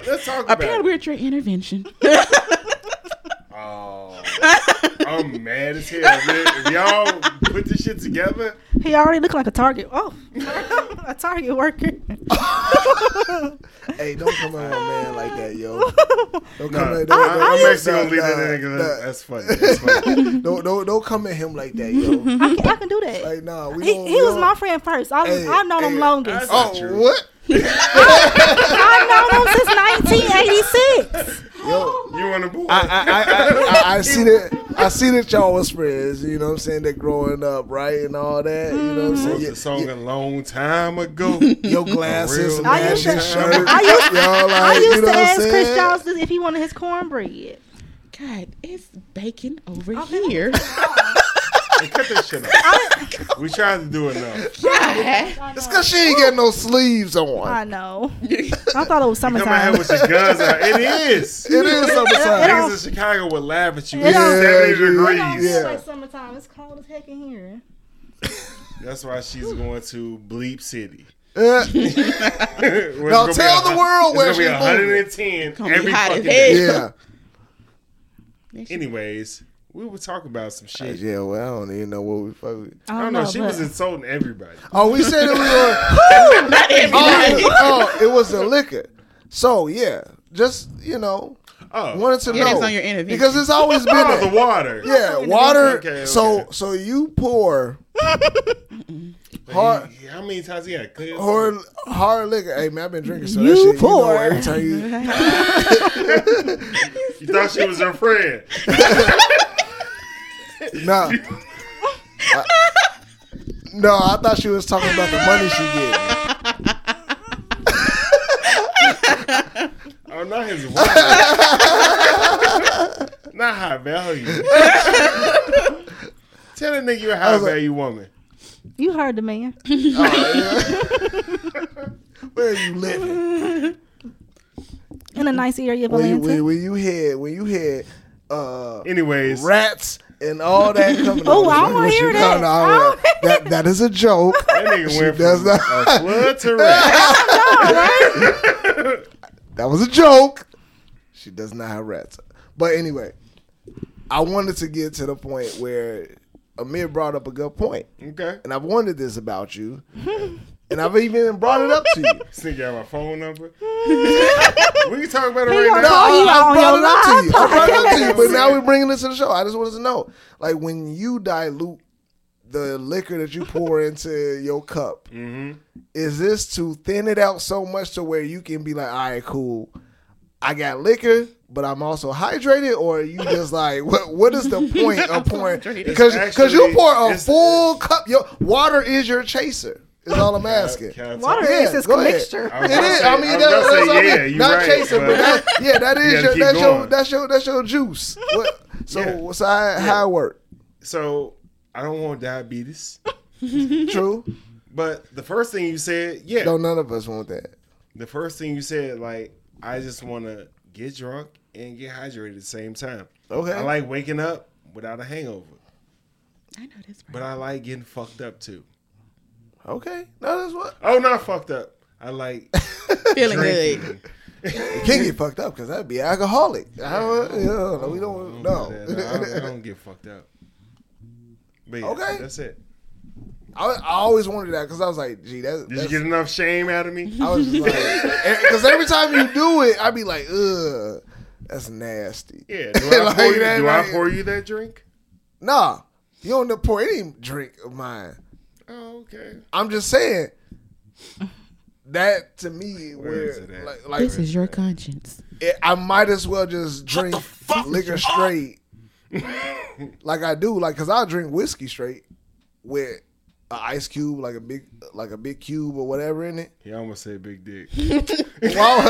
Speaker 2: Let's talk about
Speaker 4: Apparently,
Speaker 2: it.
Speaker 4: we're at your intervention.
Speaker 2: Oh, I'm mad as hell, man. If y'all put this shit together,
Speaker 1: He already looked like a target. Oh, [LAUGHS] a target worker. [LAUGHS]
Speaker 3: Hey, don't come on, man, like that, yo.
Speaker 1: [LAUGHS]
Speaker 3: Don't
Speaker 2: no,
Speaker 3: come at
Speaker 2: I,
Speaker 3: don't-
Speaker 2: am
Speaker 3: don't-
Speaker 2: actually gonna leave that in there. 'cause
Speaker 3: nah,
Speaker 2: That's funny. That's
Speaker 3: [LAUGHS]
Speaker 2: funny.
Speaker 3: nah. Don't don't don't come at him like that,
Speaker 1: [LAUGHS]
Speaker 3: yo.
Speaker 1: I can, I can do that.
Speaker 3: Like, nah, we
Speaker 1: he
Speaker 3: don't-
Speaker 1: he
Speaker 3: we
Speaker 1: was
Speaker 3: don't-
Speaker 1: my friend first. I was,
Speaker 3: Hey,
Speaker 1: I've known him
Speaker 3: hey, [LAUGHS]
Speaker 1: longest.
Speaker 2: I-
Speaker 1: I,
Speaker 2: That's not
Speaker 3: Oh,
Speaker 2: true.
Speaker 3: what?
Speaker 1: have known him since 1986.
Speaker 3: Yo,
Speaker 2: You want to boo?
Speaker 3: I I, [LAUGHS] I, I, I see that I see that y'all was friends. You know what I'm saying? That growing up, right, and all that. You know what I'm saying?
Speaker 2: Wrote the song a long time
Speaker 3: [LAUGHS]
Speaker 2: ago.
Speaker 3: Your glasses,
Speaker 2: Real
Speaker 3: and
Speaker 1: I used
Speaker 3: matching
Speaker 1: to-
Speaker 3: shirt.
Speaker 1: I used-
Speaker 3: y'all like,
Speaker 1: I used
Speaker 3: you know
Speaker 1: to
Speaker 3: what I'm
Speaker 1: ask Chris
Speaker 3: saying?
Speaker 1: Jones if he wanted his cornbread.
Speaker 4: God, it's baking over
Speaker 1: Okay.
Speaker 3: [LAUGHS]
Speaker 4: here.
Speaker 2: Hey, cut that shit out. we tried to do it now.
Speaker 4: God.
Speaker 3: It's cause she ain't got no sleeves
Speaker 1: I
Speaker 3: on. [LAUGHS]
Speaker 1: know. I thought it was
Speaker 2: Come out here
Speaker 1: summertime.
Speaker 2: with your guns out. It is.
Speaker 3: It is
Speaker 1: [LAUGHS]
Speaker 3: summertime.
Speaker 2: Niggas in Chicago would laugh at you.
Speaker 1: It
Speaker 2: It's
Speaker 1: don't-
Speaker 2: 70
Speaker 3: Yeah,
Speaker 1: It don't [LAUGHS]
Speaker 2: degrees.
Speaker 1: feel
Speaker 3: Yeah.
Speaker 1: like summertime. It's cold as heck in here.
Speaker 2: That's why she's going to Bleep City.
Speaker 1: [LAUGHS]
Speaker 3: Yeah.
Speaker 2: now
Speaker 3: tell the world where
Speaker 2: it's gonna be
Speaker 3: she's moving.
Speaker 2: 110
Speaker 4: Gonna be
Speaker 2: every
Speaker 4: hot as
Speaker 2: fucking
Speaker 4: hell.
Speaker 2: day.
Speaker 3: yeah.
Speaker 2: Anyways, we were talking about some shit.
Speaker 3: Yeah, well, I don't even know what we fuck with.
Speaker 1: I
Speaker 2: I
Speaker 1: don't
Speaker 2: don't know. She
Speaker 1: Oh, but-
Speaker 2: was insulting everybody.
Speaker 3: Oh, we said
Speaker 4: [LAUGHS]
Speaker 3: it was.
Speaker 4: Not
Speaker 3: Oh, it-
Speaker 4: everybody.
Speaker 3: oh, it was the liquor. So yeah, just you know,
Speaker 2: Oh,
Speaker 3: wanted to
Speaker 4: Yeah,
Speaker 3: know
Speaker 4: that's on your interview.
Speaker 3: because it's
Speaker 2: [LAUGHS]
Speaker 3: always been
Speaker 2: oh the
Speaker 3: that.
Speaker 2: water.
Speaker 3: yeah, water.
Speaker 2: Okay, okay.
Speaker 3: So so you pour hard
Speaker 2: How many times he had clear?
Speaker 3: hard hard liquor. Hey man, I've been drinking. So
Speaker 1: You
Speaker 3: that shit, You
Speaker 1: pour.
Speaker 3: know, every time
Speaker 1: [LAUGHS]
Speaker 2: You
Speaker 3: you,
Speaker 2: thought she was your
Speaker 3: [LAUGHS]
Speaker 2: friend. [LAUGHS]
Speaker 3: nah. I- no, I thought she was talking about the money she get.
Speaker 2: Oh, not his wife. [LAUGHS] not high
Speaker 3: [LAUGHS]
Speaker 2: value. Tell that nigga you're a high
Speaker 3: was like-
Speaker 2: value woman.
Speaker 1: You heard the man.
Speaker 3: Where you living?
Speaker 1: In a nice area of
Speaker 2: Oh,
Speaker 3: When you,
Speaker 1: Atlanta.
Speaker 3: when, when you had when you had uh,
Speaker 2: Anyways,
Speaker 3: rats and all that coming.
Speaker 1: Oh,
Speaker 3: over.
Speaker 1: I don't wanna
Speaker 3: She-
Speaker 1: hear
Speaker 3: no,
Speaker 1: that.
Speaker 3: no,
Speaker 1: I
Speaker 3: I
Speaker 1: don't-
Speaker 3: wanna- that. That is
Speaker 1: [LAUGHS]
Speaker 3: a joke.
Speaker 2: that nigga went
Speaker 3: does
Speaker 2: from
Speaker 3: not-
Speaker 2: a flood
Speaker 3: [LAUGHS]
Speaker 2: to rat. [LAUGHS]
Speaker 3: That was a joke. She does not have rats. But anyway, I wanted to get to the point where Amir brought up a good point,
Speaker 2: Okay.
Speaker 3: and I've wondered this about
Speaker 1: [LAUGHS]
Speaker 3: you, and I've even brought it up to you.
Speaker 2: Sneak out my phone
Speaker 3: [LAUGHS]
Speaker 2: number. we can talk about it
Speaker 1: He
Speaker 2: right
Speaker 1: gonna
Speaker 2: now.
Speaker 1: call you out
Speaker 3: I
Speaker 1: on
Speaker 3: brought
Speaker 1: your
Speaker 3: it up to you. I
Speaker 1: live
Speaker 3: brought it up to you, but
Speaker 1: podcast.
Speaker 3: now we're bringing this to the show. I just wanted to know, like, when you dilute the liquor that you pour into your cup,
Speaker 2: Mm-hmm.
Speaker 3: is this to thin it out so much to where you can be like, all right, cool, I got liquor. But I'm also hydrated, or are you just like [LAUGHS] what? What is the point of pouring? Because
Speaker 2: It's
Speaker 3: because you
Speaker 2: actually-
Speaker 3: pour a
Speaker 2: it's-
Speaker 3: full cup. Your water is your chaser.
Speaker 2: [LAUGHS]
Speaker 3: Is all I'm asking.
Speaker 2: Can I
Speaker 1: Water
Speaker 2: talk?
Speaker 1: is his
Speaker 3: go ahead.
Speaker 1: mixture.
Speaker 2: I
Speaker 3: It
Speaker 2: was
Speaker 3: is.
Speaker 2: gonna say-
Speaker 3: I mean,
Speaker 2: I was
Speaker 3: that's,
Speaker 2: gonna
Speaker 3: that's
Speaker 2: say,
Speaker 3: all
Speaker 2: yeah,
Speaker 3: it-
Speaker 2: you
Speaker 3: not
Speaker 2: right,
Speaker 3: chaser, but,
Speaker 2: but-
Speaker 3: that,
Speaker 2: [LAUGHS]
Speaker 3: yeah, that is
Speaker 2: gotta
Speaker 3: your,
Speaker 2: keep
Speaker 3: that's your
Speaker 2: going.
Speaker 3: that's your that's your juice. What, so
Speaker 2: Yeah.
Speaker 3: so how, how it work?
Speaker 2: So I don't want diabetes,
Speaker 3: True.
Speaker 2: but the first thing you said, yeah,
Speaker 3: No, none of us want that.
Speaker 2: the first thing you said, like, I just want to get drunk and get hydrated at the same time.
Speaker 3: Okay.
Speaker 2: I like waking up without a hangover,
Speaker 4: I know this.
Speaker 2: but I like getting fucked up too.
Speaker 3: Okay. No, that's what.
Speaker 2: Oh, not fucked up. I [LAUGHS] like
Speaker 4: Feeling
Speaker 2: drinking. [LAUGHS]
Speaker 3: You can't get fucked up because that'd be alcoholic. I don't- yeah, no, we don't.
Speaker 2: No, I don't, I
Speaker 3: [LAUGHS] No.
Speaker 2: don't get fucked up. But yeah,
Speaker 3: Okay.
Speaker 2: that's it.
Speaker 3: I, I always wondered that because I was like, gee, that,
Speaker 2: Did
Speaker 3: that's.
Speaker 2: you get enough shame out of me?
Speaker 3: I was just like, because every time you do it, I'd be like, ugh, that's nasty.
Speaker 2: [LAUGHS] [LAUGHS] Yeah. Do I,
Speaker 3: Like
Speaker 2: pour, you,
Speaker 3: that,
Speaker 2: do
Speaker 3: like-
Speaker 2: I pour you that drink?
Speaker 3: Nah, you don't need to pour any drink of mine.
Speaker 2: Oh, okay.
Speaker 3: I'm just saying that to me,
Speaker 2: Where
Speaker 3: where
Speaker 2: is it at?
Speaker 3: like, like
Speaker 4: is your
Speaker 3: [LAUGHS]
Speaker 4: conscience.
Speaker 3: it, I might as well just drink
Speaker 2: [LAUGHS]
Speaker 3: liquor straight, like I do, like because I drink whiskey straight with an ice cube, like a big, like a big cube or whatever
Speaker 2: [LAUGHS]
Speaker 3: in it.
Speaker 2: He almost said big dick.
Speaker 3: Wow.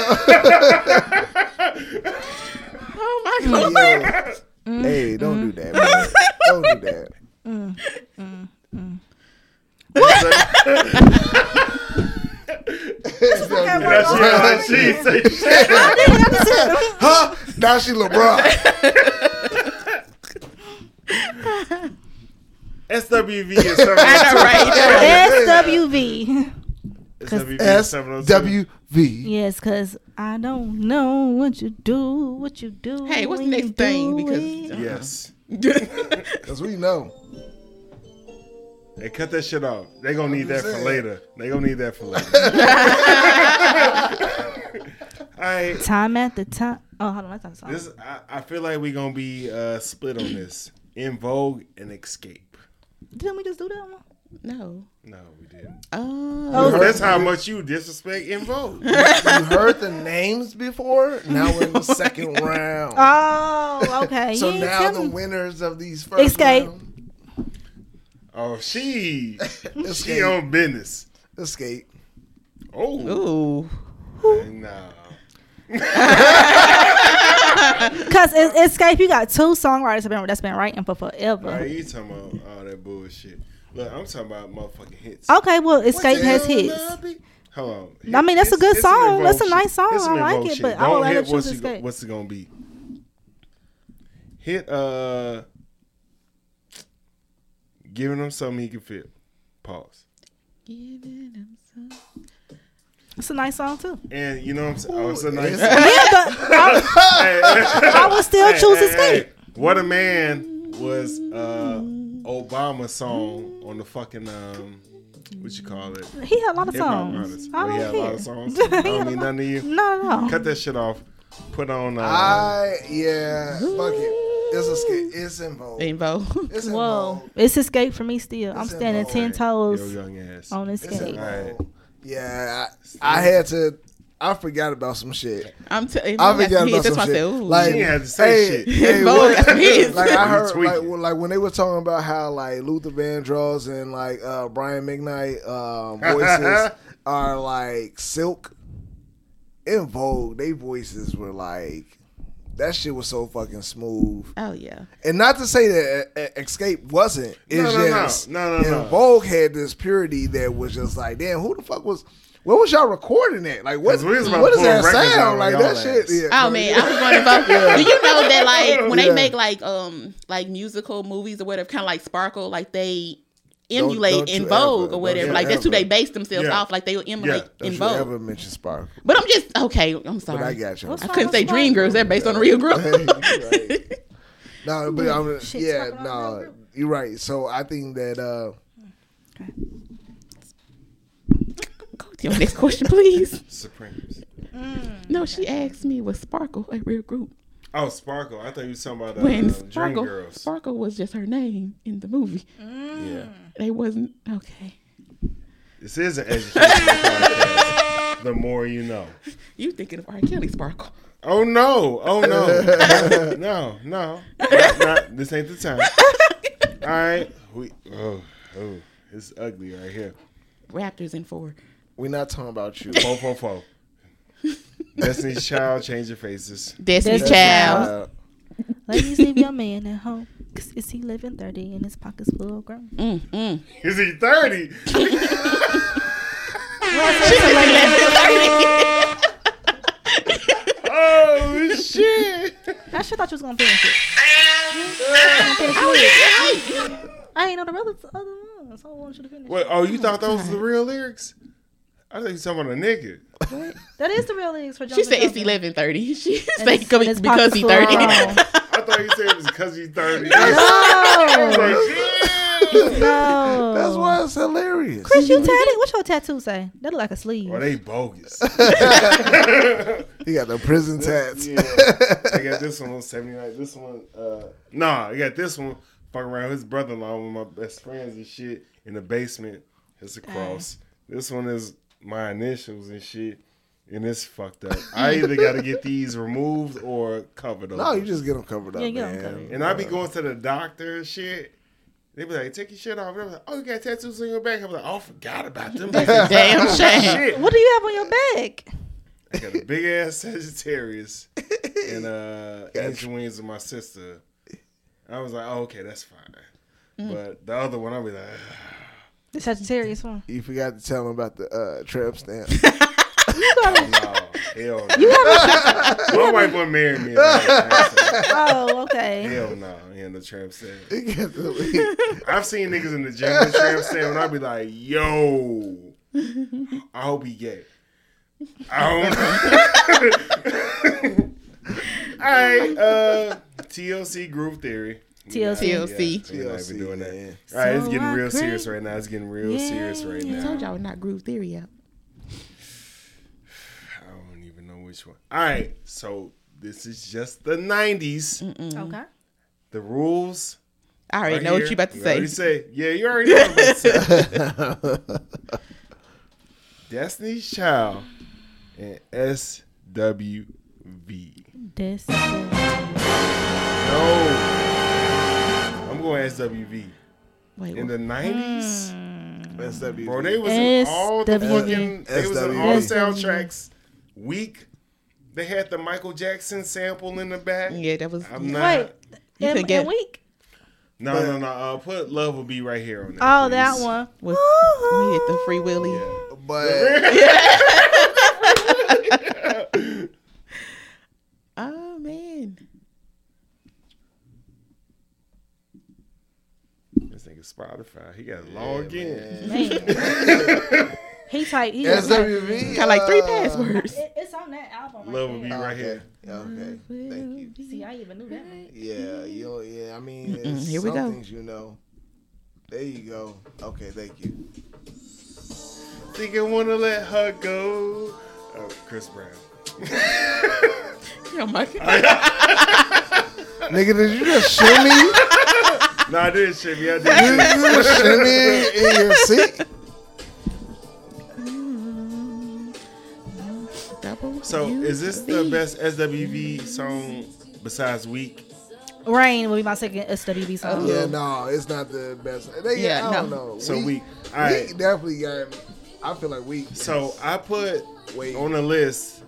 Speaker 4: Oh my god.
Speaker 3: Yeah. Hey, don't do that.
Speaker 2: [LAUGHS]
Speaker 3: Man. Don't do that.
Speaker 2: Mm,
Speaker 3: [LAUGHS]
Speaker 2: That's what she said.
Speaker 3: [LAUGHS] Huh? Now
Speaker 2: [LAUGHS]
Speaker 3: she LeBron.
Speaker 2: SWV is [LAUGHS] something.
Speaker 4: All right.
Speaker 1: SWV.
Speaker 2: SWV is
Speaker 3: S
Speaker 2: something.
Speaker 3: W V.
Speaker 1: Yes, because I don't know what you do, what you do.
Speaker 4: Hey, what's the
Speaker 1: when
Speaker 4: next
Speaker 1: you
Speaker 4: thing?
Speaker 1: do
Speaker 4: Because-
Speaker 1: it.
Speaker 2: Yes.
Speaker 3: Cause we know.
Speaker 2: Hey, cut that shit off. They gonna need that
Speaker 3: just
Speaker 2: for
Speaker 3: saying.
Speaker 2: later. They gonna need that for later.
Speaker 3: [LAUGHS]
Speaker 2: All right.
Speaker 1: time at the time. Oh, hold on. That's not the song.
Speaker 2: This I, I feel like we gonna be uh, split on this. In Vogue and Escape.
Speaker 1: Didn't we just do that one?
Speaker 4: [LAUGHS] No.
Speaker 2: No, we didn't.
Speaker 4: Oh.
Speaker 2: That's how much you disrespect In Vogue.
Speaker 3: You heard the names before. Now we're in
Speaker 1: [LAUGHS]
Speaker 3: the second round.
Speaker 1: Oh,
Speaker 2: [LAUGHS]
Speaker 1: okay.
Speaker 3: So
Speaker 1: You ain't
Speaker 3: now
Speaker 1: tell
Speaker 3: the
Speaker 1: me.
Speaker 3: winners of these first
Speaker 1: Escape. [LAUGHS]
Speaker 3: round-
Speaker 2: Oh, she she
Speaker 3: escape,
Speaker 2: on business.
Speaker 3: escape.
Speaker 2: Oh,
Speaker 4: Ooh.
Speaker 2: no.
Speaker 1: Because in in Escape, you got two songwriters have been- that's been writing for forever.
Speaker 2: Why you talking about all that bullshit? Look, I'm talking about motherfucking hits.
Speaker 1: Okay, well, Escape has
Speaker 2: Tell
Speaker 1: hits.
Speaker 2: Nobby- Hold on.
Speaker 1: I mean, that's a
Speaker 2: It's-
Speaker 1: good
Speaker 2: it's some
Speaker 1: song.
Speaker 2: involved
Speaker 1: That's a
Speaker 2: shit.
Speaker 1: nice song.
Speaker 2: It's some
Speaker 1: I like
Speaker 2: involved
Speaker 1: it,
Speaker 2: shit.
Speaker 1: but I
Speaker 2: Don't
Speaker 1: would rather
Speaker 2: hit
Speaker 1: choose
Speaker 2: what's it, go-
Speaker 1: Escape.
Speaker 2: what's it gonna be? Hit uh, giving him something he can feel. Pause.
Speaker 1: It's a nice song,
Speaker 4: [LAUGHS]
Speaker 1: too.
Speaker 2: And you know what I'm saying? Oh, it's a nice.
Speaker 1: yeah, but I, I would still choose
Speaker 2: Hey, hey,
Speaker 1: Escape.
Speaker 2: hey. What a man was uh Obama's song on the fucking um what you call it?
Speaker 1: He had a lot of
Speaker 2: Hip hop
Speaker 1: songs.
Speaker 2: artist.
Speaker 1: I
Speaker 2: Oh,
Speaker 1: don't
Speaker 2: he had a
Speaker 1: care.
Speaker 2: lot of songs. I
Speaker 1: [LAUGHS]
Speaker 2: don't mean none of you.
Speaker 1: No, no, no.
Speaker 2: Cut that shit off. Put on uh,
Speaker 3: I yeah, fuck it. It's escape. It's involved.
Speaker 4: Invo. [LAUGHS]
Speaker 3: It's
Speaker 1: Whoa.
Speaker 3: involved.
Speaker 1: It's Escape for me still. I'm
Speaker 3: It's
Speaker 1: standing
Speaker 3: involved.
Speaker 1: 10
Speaker 2: your
Speaker 1: toes
Speaker 2: young ass.
Speaker 1: on
Speaker 3: It's
Speaker 1: Escape.
Speaker 2: Alright.
Speaker 3: involved. Yeah, I, I had to. I forgot about some shit.
Speaker 4: I'm telling
Speaker 3: I forgot about
Speaker 4: That's
Speaker 3: some
Speaker 4: why I said,
Speaker 3: shit.
Speaker 4: ooh.
Speaker 3: Like,
Speaker 2: You ain't had to say
Speaker 3: hey,
Speaker 2: shit.
Speaker 3: hey,
Speaker 4: Involved
Speaker 3: what-
Speaker 4: got some hits.
Speaker 3: like I
Speaker 2: You
Speaker 3: heard,
Speaker 2: [LAUGHS]
Speaker 3: like,
Speaker 2: tweaking.
Speaker 3: well, like when they were talking about how like Luther Vandross and like uh, Brian McKnight
Speaker 2: [LAUGHS]
Speaker 3: um, voices are like silk in Vogue. They voices were like that shit was so fucking smooth.
Speaker 4: oh yeah.
Speaker 3: And not to say that uh, Escape wasn't. It's
Speaker 2: no, no.
Speaker 3: just
Speaker 2: No, no,
Speaker 3: in
Speaker 2: no.
Speaker 3: Vogue had this purity that was just like, damn, who the fuck was? Where was y'all recording at? Like, what?
Speaker 2: 'Cause we was about
Speaker 3: What
Speaker 2: to
Speaker 3: does
Speaker 2: pull records
Speaker 3: that
Speaker 2: out
Speaker 3: sound
Speaker 2: on
Speaker 3: like?
Speaker 2: y'all
Speaker 3: That
Speaker 2: ass.
Speaker 3: shit. Yeah,
Speaker 4: Oh
Speaker 3: bro,
Speaker 4: man, I was going
Speaker 3: [LAUGHS]
Speaker 4: to vote. Do you know that like when
Speaker 3: Yeah.
Speaker 4: they make like um like musical movies or whatever, kind of like Sparkle, like they
Speaker 3: Don't-
Speaker 4: emulate
Speaker 3: don't you
Speaker 4: in Vogue
Speaker 3: ever,
Speaker 4: or
Speaker 3: don't
Speaker 4: whatever.
Speaker 3: you
Speaker 4: Like that's who
Speaker 3: ever.
Speaker 4: they base themselves
Speaker 2: Yeah.
Speaker 4: off. Like they will emulate
Speaker 3: Don't
Speaker 4: in
Speaker 3: you
Speaker 4: Vogue.
Speaker 3: ever mention Spark?
Speaker 4: But I'm just okay. I'm sorry.
Speaker 3: But I got [LAUGHS] you.
Speaker 1: What's
Speaker 4: I
Speaker 1: wrong
Speaker 4: couldn't
Speaker 1: with
Speaker 4: say
Speaker 1: Sparkle?
Speaker 4: Dream Girls. They're based on a real girl.
Speaker 3: Right. No, but I'm,
Speaker 1: Shit,
Speaker 3: yeah,
Speaker 1: Sparkle on
Speaker 3: no,
Speaker 1: Real
Speaker 3: You're right. So I think that uh,
Speaker 4: [LAUGHS] Go to your next question, please.
Speaker 2: Supremes.
Speaker 4: No, she asked me, was Sparkle a real group?
Speaker 2: Oh, Sparkle. I thought you were talking about uh,
Speaker 4: When
Speaker 2: Dream
Speaker 4: Sparkle,
Speaker 2: Girls.
Speaker 4: Sparkle was just her name in the movie.
Speaker 3: Mm.
Speaker 2: yeah.
Speaker 4: They wasn't, okay.
Speaker 2: This is an educational [LAUGHS] podcast. The more you know.
Speaker 4: You thinking of R. Kelly Sparkle.
Speaker 2: Oh no! Oh
Speaker 4: [LAUGHS]
Speaker 2: no! no! No! Not- not- this ain't the
Speaker 4: [LAUGHS]
Speaker 2: time. All right. We. Oh, oh, it's ugly right here.
Speaker 4: Raptors in four.
Speaker 3: we're not talking about you.
Speaker 2: Fo fo fo.
Speaker 4: [LAUGHS]
Speaker 2: Destiny's Child, change your faces.
Speaker 4: Destiny's
Speaker 1: Destiny's
Speaker 4: Child.
Speaker 3: Uh,
Speaker 1: Ladies, leave
Speaker 3: [LAUGHS]
Speaker 1: your man at home. 'Cause Is he living 30 and his pockets full of grams?
Speaker 4: Mm, mm.
Speaker 2: Is he [LAUGHS] thirty? [LAUGHS] Oh shit!
Speaker 1: I sure thought you was gonna finish it. I, finish it. I ain't know the relatives other ones, so I want you to finish.
Speaker 2: Wait. Oh, you thought those was the real lyrics? I thought you talking about a nigga.
Speaker 1: That is the real lyrics for
Speaker 4: She
Speaker 1: Jumpin'
Speaker 4: said it's
Speaker 1: Jumpin'.
Speaker 4: eleven thirty. [LAUGHS] She
Speaker 1: And
Speaker 4: said
Speaker 1: it's- and
Speaker 4: because,
Speaker 1: it's
Speaker 4: because he
Speaker 1: pockets
Speaker 4: thirty. [LAUGHS]
Speaker 1: full of grams.
Speaker 2: I thought you said it was because he's thirty.
Speaker 3: [LAUGHS]
Speaker 1: No, no.
Speaker 3: that's why it's hilarious.
Speaker 1: Oh. Chris, you tatted? What's your tattoo say? That look like a sleeve.
Speaker 2: [LAUGHS] Well, they bogus.
Speaker 3: You got the prison tats.
Speaker 2: Yeah.
Speaker 3: [LAUGHS]
Speaker 2: I got this one on 79. This one, uh, nah, I got this one. Fuck around with his brother in law, one of my best friends and shit, in the basement. It's a cross.
Speaker 3: Uh.
Speaker 2: This one is my initials and shit, and it's fucked up. I either got to get these removed or covered up.
Speaker 3: No, you just get them covered up,
Speaker 1: Yeah, get 'em
Speaker 3: man.
Speaker 1: covered.
Speaker 2: And I be going to the doctor and shit. They be like, take your shit off. And I was like, oh, you got tattoos on your back. I was like, oh, I forgot about them.
Speaker 4: [LAUGHS] Damn shame.
Speaker 2: shit.
Speaker 1: What do you have on your back?
Speaker 2: I got a big ass Sagittarius and uh angel wings with my sister. I was like, oh, okay, that's fine. But the other one, I'll be like,
Speaker 1: The Sagittarius
Speaker 3: [LAUGHS]
Speaker 1: one.
Speaker 3: You forgot to tell them about the uh, tramp stamp.
Speaker 2: "Ah, no, hell no. my wife wouldn't marry me. if I had a tramp stamp.
Speaker 1: Oh, okay.
Speaker 2: Hell no, in the tramp stamp.
Speaker 3: [LAUGHS] You got the-
Speaker 2: I've seen niggas in the gym with tramp stamp, and I'll be like, yo, I hope he gay. I don't know. [LAUGHS] All right, uh, TLC Groove Theory.
Speaker 1: TLC.
Speaker 4: TLC.
Speaker 2: We're not even doing that.
Speaker 3: Yeah.
Speaker 2: All right, it's
Speaker 1: So
Speaker 2: getting
Speaker 1: I
Speaker 2: real
Speaker 1: agree.
Speaker 2: serious right now. It's getting real serious right
Speaker 4: I
Speaker 2: now.
Speaker 4: told y'all we're not Groove Theory out.
Speaker 2: I don't even know which one. All right, so this is just the 90s.
Speaker 4: Mm.
Speaker 1: Okay.
Speaker 2: The rules.
Speaker 4: I already
Speaker 2: right
Speaker 4: know what
Speaker 2: here.
Speaker 4: you about to
Speaker 2: already
Speaker 4: say.
Speaker 2: say. Yeah, you already know what I'm about to say.
Speaker 4: [LAUGHS]
Speaker 2: Destiny's Child and SWV.
Speaker 1: This.
Speaker 2: No. I'm going SWV.
Speaker 4: Wait,
Speaker 2: In
Speaker 4: what?
Speaker 2: the 90s,
Speaker 3: SWV.
Speaker 2: Bro, they was in
Speaker 1: E.
Speaker 2: all the
Speaker 1: SWV.
Speaker 2: fucking, they was in
Speaker 3: SWV.
Speaker 2: all
Speaker 1: E.
Speaker 2: soundtracks. Weak. They had the Michael Jackson sample in the back.
Speaker 4: yeah, that was.
Speaker 2: I'm
Speaker 1: Wait.
Speaker 2: not.
Speaker 4: You
Speaker 1: And,
Speaker 4: could get-
Speaker 1: and week.
Speaker 2: No, no, no. Uh, put love will be right here on that.
Speaker 1: Oh,
Speaker 2: please.
Speaker 1: that one.
Speaker 4: Was, we hit the Free Willy.
Speaker 2: Yeah.
Speaker 3: [LAUGHS] But
Speaker 4: Oh man,
Speaker 2: This nigga Spotify. He got to log in.
Speaker 1: He type. He just type-
Speaker 3: [LAUGHS] SWV.
Speaker 4: got like three
Speaker 3: uh,
Speaker 4: passwords.
Speaker 1: It- it's on that album. Right
Speaker 2: Love will be
Speaker 1: there.
Speaker 2: right
Speaker 3: Okay.
Speaker 2: here.
Speaker 3: Okay. Thank you.
Speaker 1: See, I even knew that. One.
Speaker 3: Yeah. You. Yeah. I mean,
Speaker 4: Mm-mm,
Speaker 3: it's
Speaker 4: here we
Speaker 3: some
Speaker 4: go.
Speaker 3: things you know. There you go. Okay. Thank you.
Speaker 2: Think I wanna let her go. Oh, Chris Brown.
Speaker 4: [LAUGHS]
Speaker 2: [LAUGHS]
Speaker 4: Oh my God.
Speaker 3: Nigga, did you just shimmy? Did
Speaker 2: No, I did shit. me. I
Speaker 1: [LAUGHS]
Speaker 2: did. shit.
Speaker 3: you just shimmy in your seat?
Speaker 4: Double
Speaker 2: So,
Speaker 4: U
Speaker 2: is this the
Speaker 4: V.
Speaker 2: best SWV song besides Weak?
Speaker 1: Rain will be my second SWB song.
Speaker 3: Yeah, no, it's not the best. They,
Speaker 4: Yeah,
Speaker 3: I don't
Speaker 4: no.
Speaker 3: know.
Speaker 2: So weak. All
Speaker 3: we
Speaker 2: right.
Speaker 3: definitely got. I feel like we. [LAUGHS]
Speaker 2: So I put
Speaker 3: Wait.
Speaker 2: on the list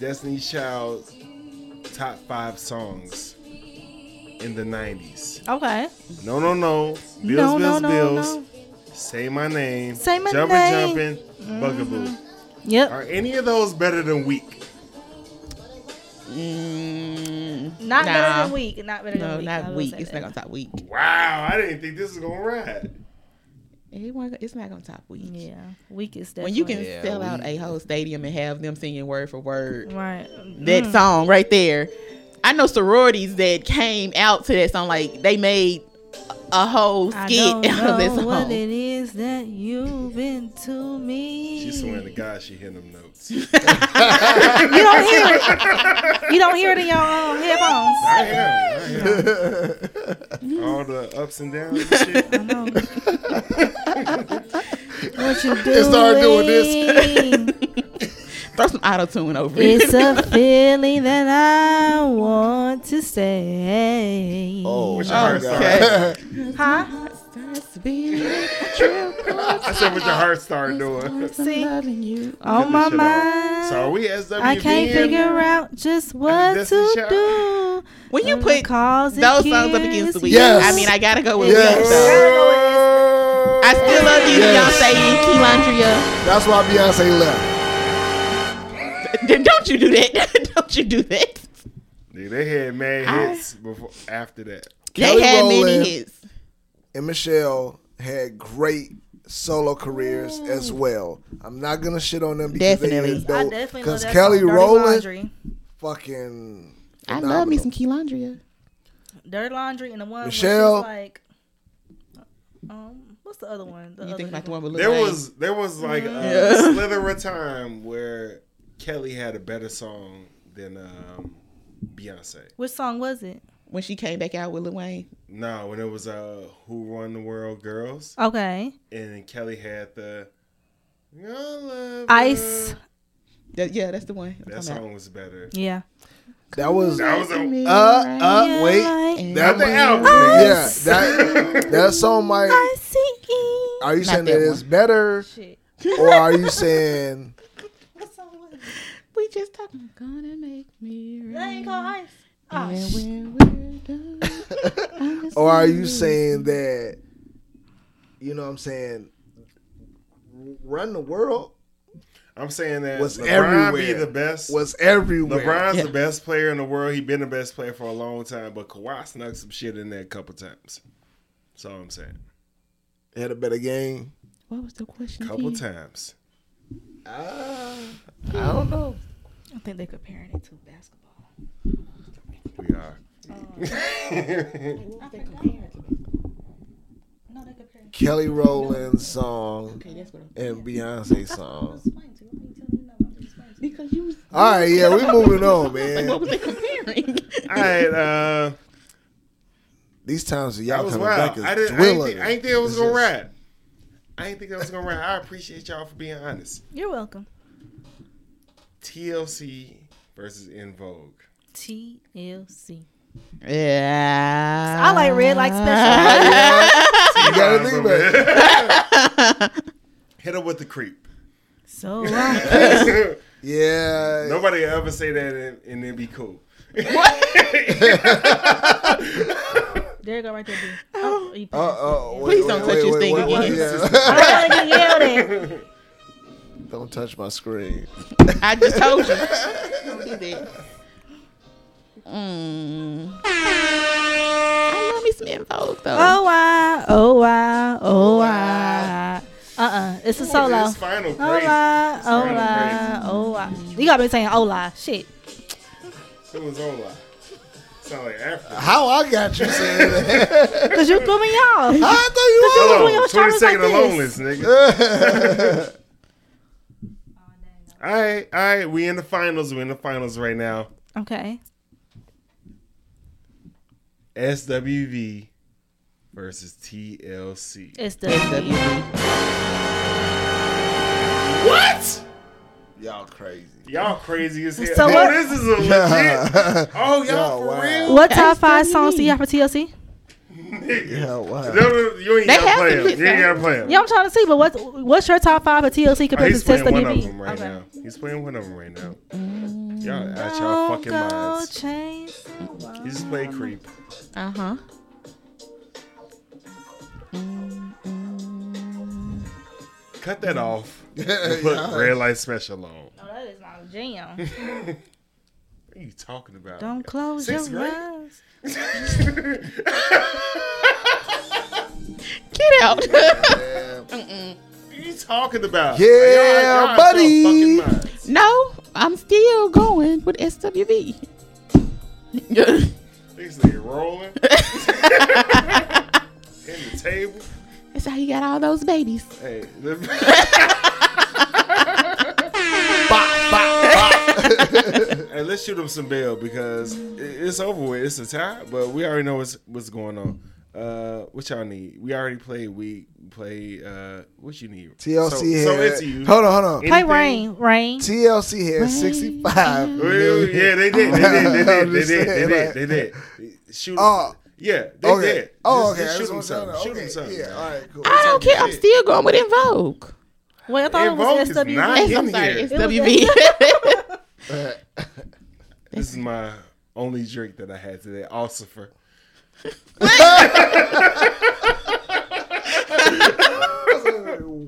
Speaker 2: Destiny's Child's top five songs in the '90s.
Speaker 1: Okay.
Speaker 2: No, no, no. Bills,
Speaker 1: No,
Speaker 2: bills,
Speaker 1: no, no,
Speaker 2: bills.
Speaker 1: no.
Speaker 2: Say my name.
Speaker 1: Say my
Speaker 2: jumping,
Speaker 1: name. Mm-hmm.
Speaker 2: Jumping, Bugaboo.
Speaker 1: Yep.
Speaker 2: Are any of those better than Weak?
Speaker 4: Mm,
Speaker 1: Not better
Speaker 4: nah.
Speaker 1: than week. Not better than
Speaker 4: No,
Speaker 1: week. I
Speaker 4: not
Speaker 1: will
Speaker 4: weak.
Speaker 1: say
Speaker 4: It's
Speaker 1: that.
Speaker 4: not gonna top weak.
Speaker 2: Wow, I didn't think this was gonna ride.
Speaker 4: It won't- it's not gonna top weak.
Speaker 1: Yeah. Week is definitely.
Speaker 4: When you can sell out a whole stadium and have them singing word for word
Speaker 1: Right.
Speaker 4: that
Speaker 1: Mm.
Speaker 4: song right there, I know sororities that came out to that song like they made a whole
Speaker 1: I
Speaker 4: skit
Speaker 1: don't
Speaker 4: of
Speaker 1: know
Speaker 4: this
Speaker 1: what
Speaker 4: song.
Speaker 1: it is that you've been to me.
Speaker 2: She swearing to God she hit them notes.
Speaker 1: You don't hear it. You don't hear it in your um, headphones.
Speaker 2: I am. I
Speaker 1: [LAUGHS]
Speaker 2: am.
Speaker 3: Oh,
Speaker 2: All the ups and downs. And
Speaker 1: [LAUGHS]
Speaker 2: shit.
Speaker 1: No. [LAUGHS] what you doing?
Speaker 3: started doing
Speaker 4: [LAUGHS] Throw some auto tune over it.
Speaker 1: it's
Speaker 4: [LAUGHS]
Speaker 1: a feeling that I want to stay.
Speaker 3: Oh,
Speaker 2: What's your heart
Speaker 4: Okay.
Speaker 2: started?
Speaker 1: Huh?
Speaker 2: I said, what your heart started doing?
Speaker 1: See?
Speaker 4: loving you.
Speaker 1: On my mind.
Speaker 2: So are we SWV?
Speaker 1: I can't figure out just what
Speaker 2: This is
Speaker 1: to
Speaker 2: your-
Speaker 1: do.
Speaker 4: When you
Speaker 1: When
Speaker 4: put
Speaker 1: the calls and
Speaker 4: those songs up against
Speaker 1: cares-
Speaker 4: the week,
Speaker 3: Yes.
Speaker 4: I mean, I gotta go with
Speaker 3: Yes.
Speaker 4: [LAUGHS] yes. though. I
Speaker 2: I
Speaker 4: still love you,
Speaker 3: Yes.
Speaker 4: Beyonce and
Speaker 3: That's why Beyonce left.
Speaker 4: Keylandria. Then Don't you do that. [LAUGHS] Don't you do that.
Speaker 2: Dude, they had mad
Speaker 4: I-
Speaker 2: hits before after that.
Speaker 4: they
Speaker 3: Kelly
Speaker 4: had
Speaker 3: Rowland.
Speaker 4: many hits.
Speaker 3: And Michelle had great solo careers as well. I'm not gonna shit on them because
Speaker 4: Definitely.
Speaker 3: they
Speaker 4: I
Speaker 3: did
Speaker 1: I
Speaker 3: dope.
Speaker 1: definitely love
Speaker 3: Because
Speaker 1: that
Speaker 3: Kelly
Speaker 1: song, Dirty
Speaker 3: Rowland,
Speaker 1: Laundry.
Speaker 3: fucking.
Speaker 4: I love me
Speaker 3: phenomenal.
Speaker 4: some Keylandria.
Speaker 1: Dirty Laundry and the one where she's
Speaker 3: Michelle.
Speaker 1: like, um, what's the other one? The
Speaker 4: You
Speaker 1: other
Speaker 4: think about the one with Lil
Speaker 2: There
Speaker 4: Wayne?
Speaker 2: was there was like a
Speaker 4: Yeah.
Speaker 2: slither of time where Kelly had a better song than um, Beyonce.
Speaker 1: Which song was it?
Speaker 4: when she came back out with Lil Wayne.
Speaker 2: No, when it was uh, Who Run the World Girls,
Speaker 1: Okay,
Speaker 2: and Kelly had the "I Love
Speaker 1: Ice.
Speaker 2: You."
Speaker 4: That- yeah, that's the one. I'm
Speaker 2: That
Speaker 4: talking about.
Speaker 2: song was better.
Speaker 1: Yeah.
Speaker 3: That was uh
Speaker 2: That was a
Speaker 3: uh.
Speaker 1: Yeah,
Speaker 3: wait,
Speaker 1: like-
Speaker 3: that
Speaker 2: the
Speaker 3: was-
Speaker 2: album.
Speaker 3: yeah. That that song might.
Speaker 1: I see.
Speaker 3: Are you
Speaker 4: Not
Speaker 3: saying
Speaker 4: that
Speaker 3: that it's
Speaker 4: one.
Speaker 3: better,
Speaker 1: Shit.
Speaker 3: or are you saying
Speaker 4: We just talking. Gonna make me
Speaker 1: That ain't called
Speaker 4: right.
Speaker 1: Ice. Oh,
Speaker 4: And
Speaker 1: sh-
Speaker 4: when we're done,
Speaker 2: [LAUGHS]
Speaker 4: I'm just
Speaker 3: or are you
Speaker 4: gonna-
Speaker 3: saying that you know what I'm saying run the world
Speaker 2: I'm saying that
Speaker 3: Was
Speaker 2: LeBron be
Speaker 3: everywhere.
Speaker 2: the best.
Speaker 3: was everywhere.
Speaker 2: LeBron's
Speaker 4: Yeah.
Speaker 2: the best player in the world. He's been the best player for a long time, but Kawhi snuck some shit in there a couple times. That's all I'm saying.
Speaker 3: had a better game.
Speaker 4: What was the question?
Speaker 2: Couple
Speaker 4: [LAUGHS] again?
Speaker 2: times.
Speaker 3: I don't know.
Speaker 1: I think they're comparing it to basketball.
Speaker 2: We are.
Speaker 1: No, they're comparing.
Speaker 3: Kelly Rowland's song
Speaker 4: Okay, that's what I'm.
Speaker 3: and Beyonce's song.
Speaker 1: Explain to you. I ain't telling you nothing. I'm just explaining to you.
Speaker 4: Because you was
Speaker 3: All right, yeah, we moving on,
Speaker 4: like, what was
Speaker 3: man.
Speaker 4: they comparing?
Speaker 2: [LAUGHS] All right. Uh,
Speaker 3: These times of
Speaker 2: that
Speaker 3: y'all
Speaker 2: was
Speaker 3: coming
Speaker 2: wild.
Speaker 3: back is
Speaker 2: I didn't. I didn't,
Speaker 3: dwindling.
Speaker 2: think, I didn't think it was
Speaker 3: It's
Speaker 2: gonna
Speaker 3: just-
Speaker 2: ride. I didn't think that was gonna ride. I appreciate y'all for being honest.
Speaker 1: You're welcome.
Speaker 2: TLC versus In Vogue.
Speaker 1: TLC.
Speaker 4: yeah.
Speaker 1: I like red like special.
Speaker 3: [LAUGHS]
Speaker 2: You
Speaker 3: gotta think about
Speaker 2: [LAUGHS] Hit her with the
Speaker 3: [LAUGHS]
Speaker 2: creep. [LAUGHS]
Speaker 1: so uh, wrong.
Speaker 3: Yeah,
Speaker 2: Nobody ever say that and, and then be cool. [LAUGHS]
Speaker 1: There you go, right there. B. Oh, you-
Speaker 3: Uh oh.
Speaker 4: Please don't touch this thing again. [LAUGHS]
Speaker 1: I don't wanna get yelled at.
Speaker 3: [LAUGHS] Don't touch my screen.
Speaker 4: [LAUGHS] I just told
Speaker 2: [LAUGHS]
Speaker 4: you. Don't do that. Mm. I love me some In Vogue though.
Speaker 1: Oh why, oh why, oh why. Uh uh, it's a solo.
Speaker 2: It's final
Speaker 1: Oh
Speaker 2: grade.
Speaker 1: why, oh
Speaker 2: Final
Speaker 1: why, oh why. You got me saying oh why. Shit.
Speaker 2: It was all like. Sound like Africa.
Speaker 3: How I got you saying that?
Speaker 1: Cause you threw me off.
Speaker 3: [LAUGHS] I
Speaker 1: Why y'all
Speaker 2: Hello,
Speaker 1: trying to
Speaker 2: 20 Oh, second
Speaker 1: like
Speaker 2: aloneness, nigga.
Speaker 3: thought you was. [LAUGHS]
Speaker 2: All right, all right. We in the finals. We in the finals right now.
Speaker 1: Okay.
Speaker 2: SWV versus TLC.
Speaker 1: It's the
Speaker 2: What?
Speaker 3: Y'all crazy.
Speaker 2: Y'all crazy as hell.
Speaker 1: So
Speaker 2: oh,
Speaker 1: what-
Speaker 2: this is a legit. [LAUGHS]
Speaker 3: [LAUGHS]
Speaker 2: Oh, y'all
Speaker 3: Y'all
Speaker 2: for
Speaker 3: wild.
Speaker 2: real?
Speaker 1: What top five
Speaker 4: SWV.
Speaker 1: songs do you have for TLC?
Speaker 2: Nigga.
Speaker 3: Hell, wow.
Speaker 2: No, no, You ain't
Speaker 4: They
Speaker 2: gotta
Speaker 4: have
Speaker 2: play
Speaker 4: to
Speaker 2: him.
Speaker 4: hit
Speaker 2: You ain't
Speaker 4: that.
Speaker 2: gotta play him.
Speaker 1: Yeah, I'm trying to see, but what's what's your top five for TLC
Speaker 2: Oh,
Speaker 1: compared
Speaker 2: he's
Speaker 1: to Mm.
Speaker 2: playing
Speaker 1: Sister
Speaker 2: one of
Speaker 1: BB?
Speaker 2: them right
Speaker 1: Okay.
Speaker 2: now. He's playing one of them right now. Y'all out
Speaker 1: Oh,
Speaker 2: y'all fucking
Speaker 1: Go
Speaker 2: minds.
Speaker 1: chase.
Speaker 2: He just played creep.
Speaker 4: Uh huh.
Speaker 2: Cut that
Speaker 3: [LAUGHS]
Speaker 2: off. and Put red light special on.
Speaker 1: Oh, that is not a jam.
Speaker 2: What are you talking
Speaker 1: [LAUGHS]
Speaker 2: about? [LAUGHS]
Speaker 1: Don't close
Speaker 2: Sixth
Speaker 1: your
Speaker 2: grade?
Speaker 1: eyes.
Speaker 4: Get out. [LAUGHS]
Speaker 2: What are you talking about?
Speaker 3: Yeah,
Speaker 2: Y'all- y'all out
Speaker 3: buddy.
Speaker 2: y'all fucking minds.
Speaker 4: no, I'm still going with [LAUGHS] SWV.
Speaker 1: [LAUGHS]
Speaker 2: This nigga rolling. in the table.
Speaker 4: That's how you got all those babies.
Speaker 2: Hey,
Speaker 1: [LAUGHS]
Speaker 2: the-
Speaker 3: [LAUGHS]
Speaker 2: hey, let's shoot him some bail because it- it's over with. It's a tie, but we already know what's what's going on. Uh, what y'all need? We already played. We played. Uh, what you need? so,
Speaker 3: TLC had.
Speaker 2: So it's you.
Speaker 3: Hold on, hold on.
Speaker 1: Play
Speaker 2: Anything-
Speaker 1: rain, rain.
Speaker 3: TLC had 65
Speaker 2: Well, yeah,
Speaker 3: million.
Speaker 2: they did. They did. They did. They
Speaker 3: I'm
Speaker 2: did. They
Speaker 3: just
Speaker 2: did.
Speaker 3: saying,
Speaker 2: They did. Shoot.
Speaker 3: Oh.
Speaker 2: yeah, they
Speaker 3: Okay.
Speaker 2: did.
Speaker 3: Oh,
Speaker 2: Just- just
Speaker 3: okay. I
Speaker 2: shoot
Speaker 3: just
Speaker 2: them
Speaker 3: wanna
Speaker 2: something.
Speaker 3: tell them.
Speaker 2: Shoot
Speaker 3: Okay,
Speaker 2: them something.
Speaker 3: Yeah, all right, cool.
Speaker 4: I don't care. I'm
Speaker 2: shit.
Speaker 4: still going with In Vogue.
Speaker 1: Well, I thought it
Speaker 2: Invoke
Speaker 1: was E.
Speaker 2: is not
Speaker 1: SWV.
Speaker 2: in
Speaker 4: I'm sorry,
Speaker 2: here.
Speaker 4: it's
Speaker 1: It was
Speaker 4: WB.
Speaker 2: This is my only drink that I had today. Ossifer.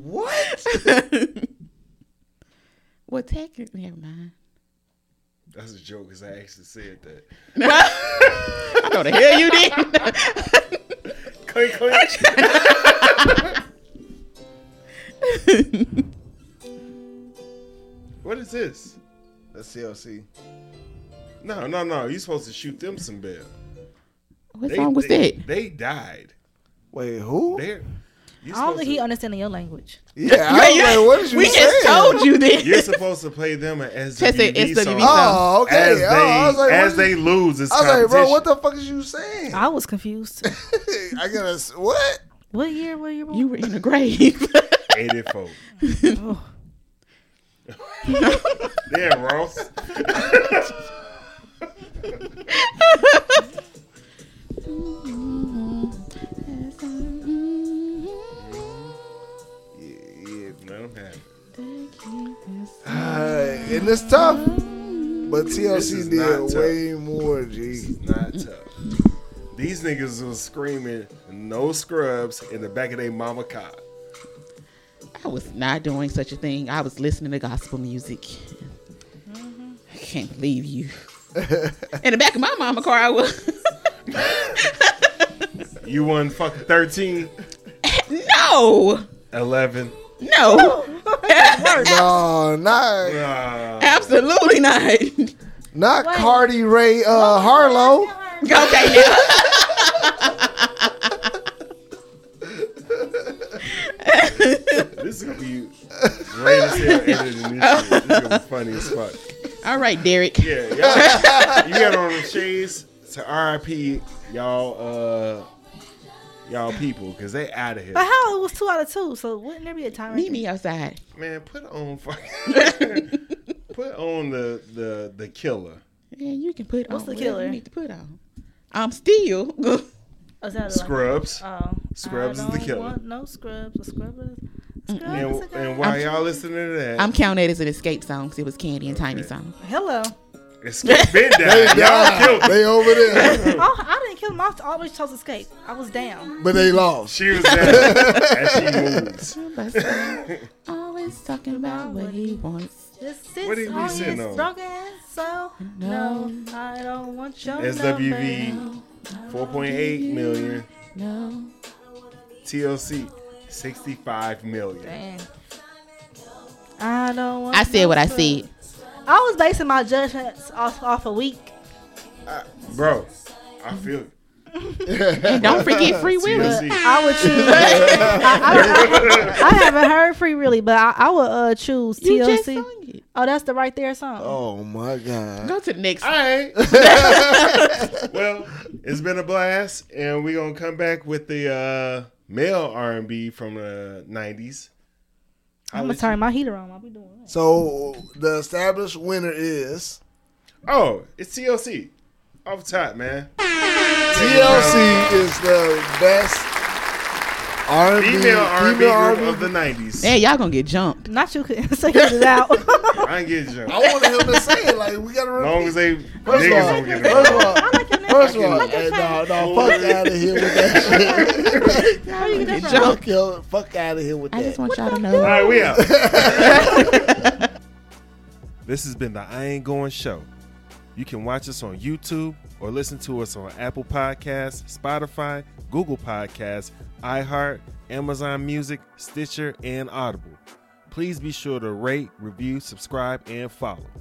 Speaker 3: What?
Speaker 4: [LAUGHS] well, technically, never mind.
Speaker 2: That's a joke because I actually said that.
Speaker 4: I know the hell you didn't.
Speaker 2: Clink, clink. [LAUGHS] what is this?
Speaker 3: That's TLC.
Speaker 2: No, no, no. You're supposed to shoot them some bail.
Speaker 4: What song was
Speaker 2: they,
Speaker 4: that?
Speaker 2: They died.
Speaker 3: Wait, who?
Speaker 2: They're, you're,
Speaker 1: I don't think
Speaker 2: supposed
Speaker 1: he
Speaker 2: to,
Speaker 1: understanding your language.
Speaker 3: Yeah, I was like, what did you
Speaker 4: we
Speaker 3: saying?
Speaker 4: just told you
Speaker 2: you're
Speaker 4: this.
Speaker 2: supposed to play them an
Speaker 4: said
Speaker 2: SWB
Speaker 4: SWB
Speaker 2: song.
Speaker 4: song.
Speaker 3: Oh, okay.
Speaker 2: As they,
Speaker 3: oh, I was like,
Speaker 2: as
Speaker 3: what
Speaker 2: they
Speaker 3: is-
Speaker 2: lose, it's
Speaker 3: I was like,
Speaker 2: competition.
Speaker 3: bro, what the fuck is you saying? [LAUGHS]
Speaker 1: I was confused.
Speaker 3: I gotta s- what? [SIGHS]
Speaker 1: what year were you born?
Speaker 4: You were in the grave. [LAUGHS]
Speaker 2: 84. [LAUGHS]
Speaker 1: Oh.
Speaker 2: There, Ross.
Speaker 3: Yeah, yeah.
Speaker 2: Let 'em have it.
Speaker 3: Uh, and it's tough, but
Speaker 2: This is
Speaker 3: TLC
Speaker 2: not
Speaker 3: did
Speaker 2: tough.
Speaker 3: way more. G.
Speaker 2: Not tough. These niggas was screaming no scrubs in the back of their mama car.
Speaker 4: I was not doing such a thing. I was listening to gospel music. I can't believe you. In the back of my mama car, I was. [LAUGHS]
Speaker 2: You won fucking 13,
Speaker 4: no,
Speaker 2: 11.
Speaker 4: no,
Speaker 3: No, not
Speaker 2: Ah,
Speaker 4: absolutely not.
Speaker 3: not Cardi Ray uh, Harlow.
Speaker 4: okay, now.
Speaker 2: this is gonna be great as hell editing this shit. This is gonna be funny as fuck.
Speaker 4: All right, Derek.
Speaker 2: Yeah, y'all, you got on the shades to RIP y'all, uh, y'all people, cause they out of here.
Speaker 1: But how it was two out of two, so wouldn't there be a time?
Speaker 4: Meet me outside.
Speaker 2: Man, put on fucking, put on the the the killer.
Speaker 4: Yeah, you can put
Speaker 1: What's the
Speaker 4: on whatever
Speaker 1: killer?
Speaker 4: you need to put on. I'm still.
Speaker 1: Is that a-
Speaker 2: Scrubs.
Speaker 1: Oh,
Speaker 2: Scrubs
Speaker 1: I
Speaker 2: is the
Speaker 1: don't
Speaker 2: killer. Mm.
Speaker 1: want no scrubs. A scrubber. Scrubs
Speaker 2: And,
Speaker 1: is a girl.
Speaker 2: and while y'all listening to that, [LAUGHS]
Speaker 4: I'm counting it as an escape song because it was Candy and Tiny
Speaker 2: Okay. [LAUGHS]
Speaker 4: song.
Speaker 1: Oh, Hello.
Speaker 2: escape been down. y'all
Speaker 3: Yeah,
Speaker 2: killed.
Speaker 3: they
Speaker 1: [LAUGHS]
Speaker 3: over there,
Speaker 1: Oh, I didn't kill him. I always chose escape. I was down.
Speaker 3: but they lost.
Speaker 2: She was
Speaker 1: [LAUGHS]
Speaker 2: down as she moves.
Speaker 4: Busta Always talking about what he wants.
Speaker 1: Just sits
Speaker 2: What did we
Speaker 1: on
Speaker 2: sit
Speaker 1: his
Speaker 2: on?
Speaker 1: drunk ass. So no. I don't want your number.
Speaker 2: SWV, 4.8 million.
Speaker 4: No.
Speaker 2: [LAUGHS] TLC, 65 million.
Speaker 1: Damn. I don't want
Speaker 4: I said what I
Speaker 1: no
Speaker 4: said.
Speaker 1: scrubs. I was basing my judgments off, off a week.
Speaker 2: Bro, I feel it.
Speaker 4: And don't forget [LAUGHS] Free Willy.
Speaker 2: TLC.
Speaker 1: I would
Speaker 2: [LAUGHS]
Speaker 1: choose. I, I- I- I haven't heard Free Really, but I, I would uh, choose
Speaker 4: You just
Speaker 1: TLC.
Speaker 4: sung it.
Speaker 1: Oh, that's the right there song.
Speaker 3: Oh my god.
Speaker 4: Go to the next.
Speaker 2: All
Speaker 3: [LAUGHS]
Speaker 2: right. [LAUGHS] well, it's been a blast, and we're gonna come back with the uh, male R and B from the nineties.
Speaker 1: I'm gonna turn my heater on. I'll be doing that.
Speaker 3: So the established winner is
Speaker 2: Oh, it's TLC. Off the top, man.
Speaker 3: TLC is the best R&B
Speaker 2: Female R and B
Speaker 3: female R&B.
Speaker 2: group of the nineties.
Speaker 4: Man, y'all gonna get jumped.
Speaker 1: Not you [LAUGHS] could say it
Speaker 3: [LAUGHS]
Speaker 1: out.
Speaker 2: I ain't getting
Speaker 3: I
Speaker 2: jumped.
Speaker 3: wanted him to say it. Like we gotta
Speaker 2: As
Speaker 3: remember.
Speaker 2: [LAUGHS] long as they
Speaker 3: First
Speaker 2: niggas
Speaker 3: of all,
Speaker 2: don't get
Speaker 3: first
Speaker 2: it.
Speaker 3: of all, first of all,
Speaker 1: Like
Speaker 3: hey,
Speaker 1: a
Speaker 3: no,
Speaker 1: child.
Speaker 3: no, fuck out of here with that shit.
Speaker 1: How you get that from?
Speaker 3: fuck, yo, fuck out of here with
Speaker 4: I
Speaker 3: that.
Speaker 4: just want y'all to
Speaker 2: All
Speaker 4: know.
Speaker 2: right, we out. [LAUGHS] this has been the I Ain't Going Show. You can watch us on YouTube or listen to us on Apple Podcasts, Spotify, Google Podcasts, iHeart, Amazon Music, Stitcher, and Audible. Please be sure to rate, review, subscribe, and follow.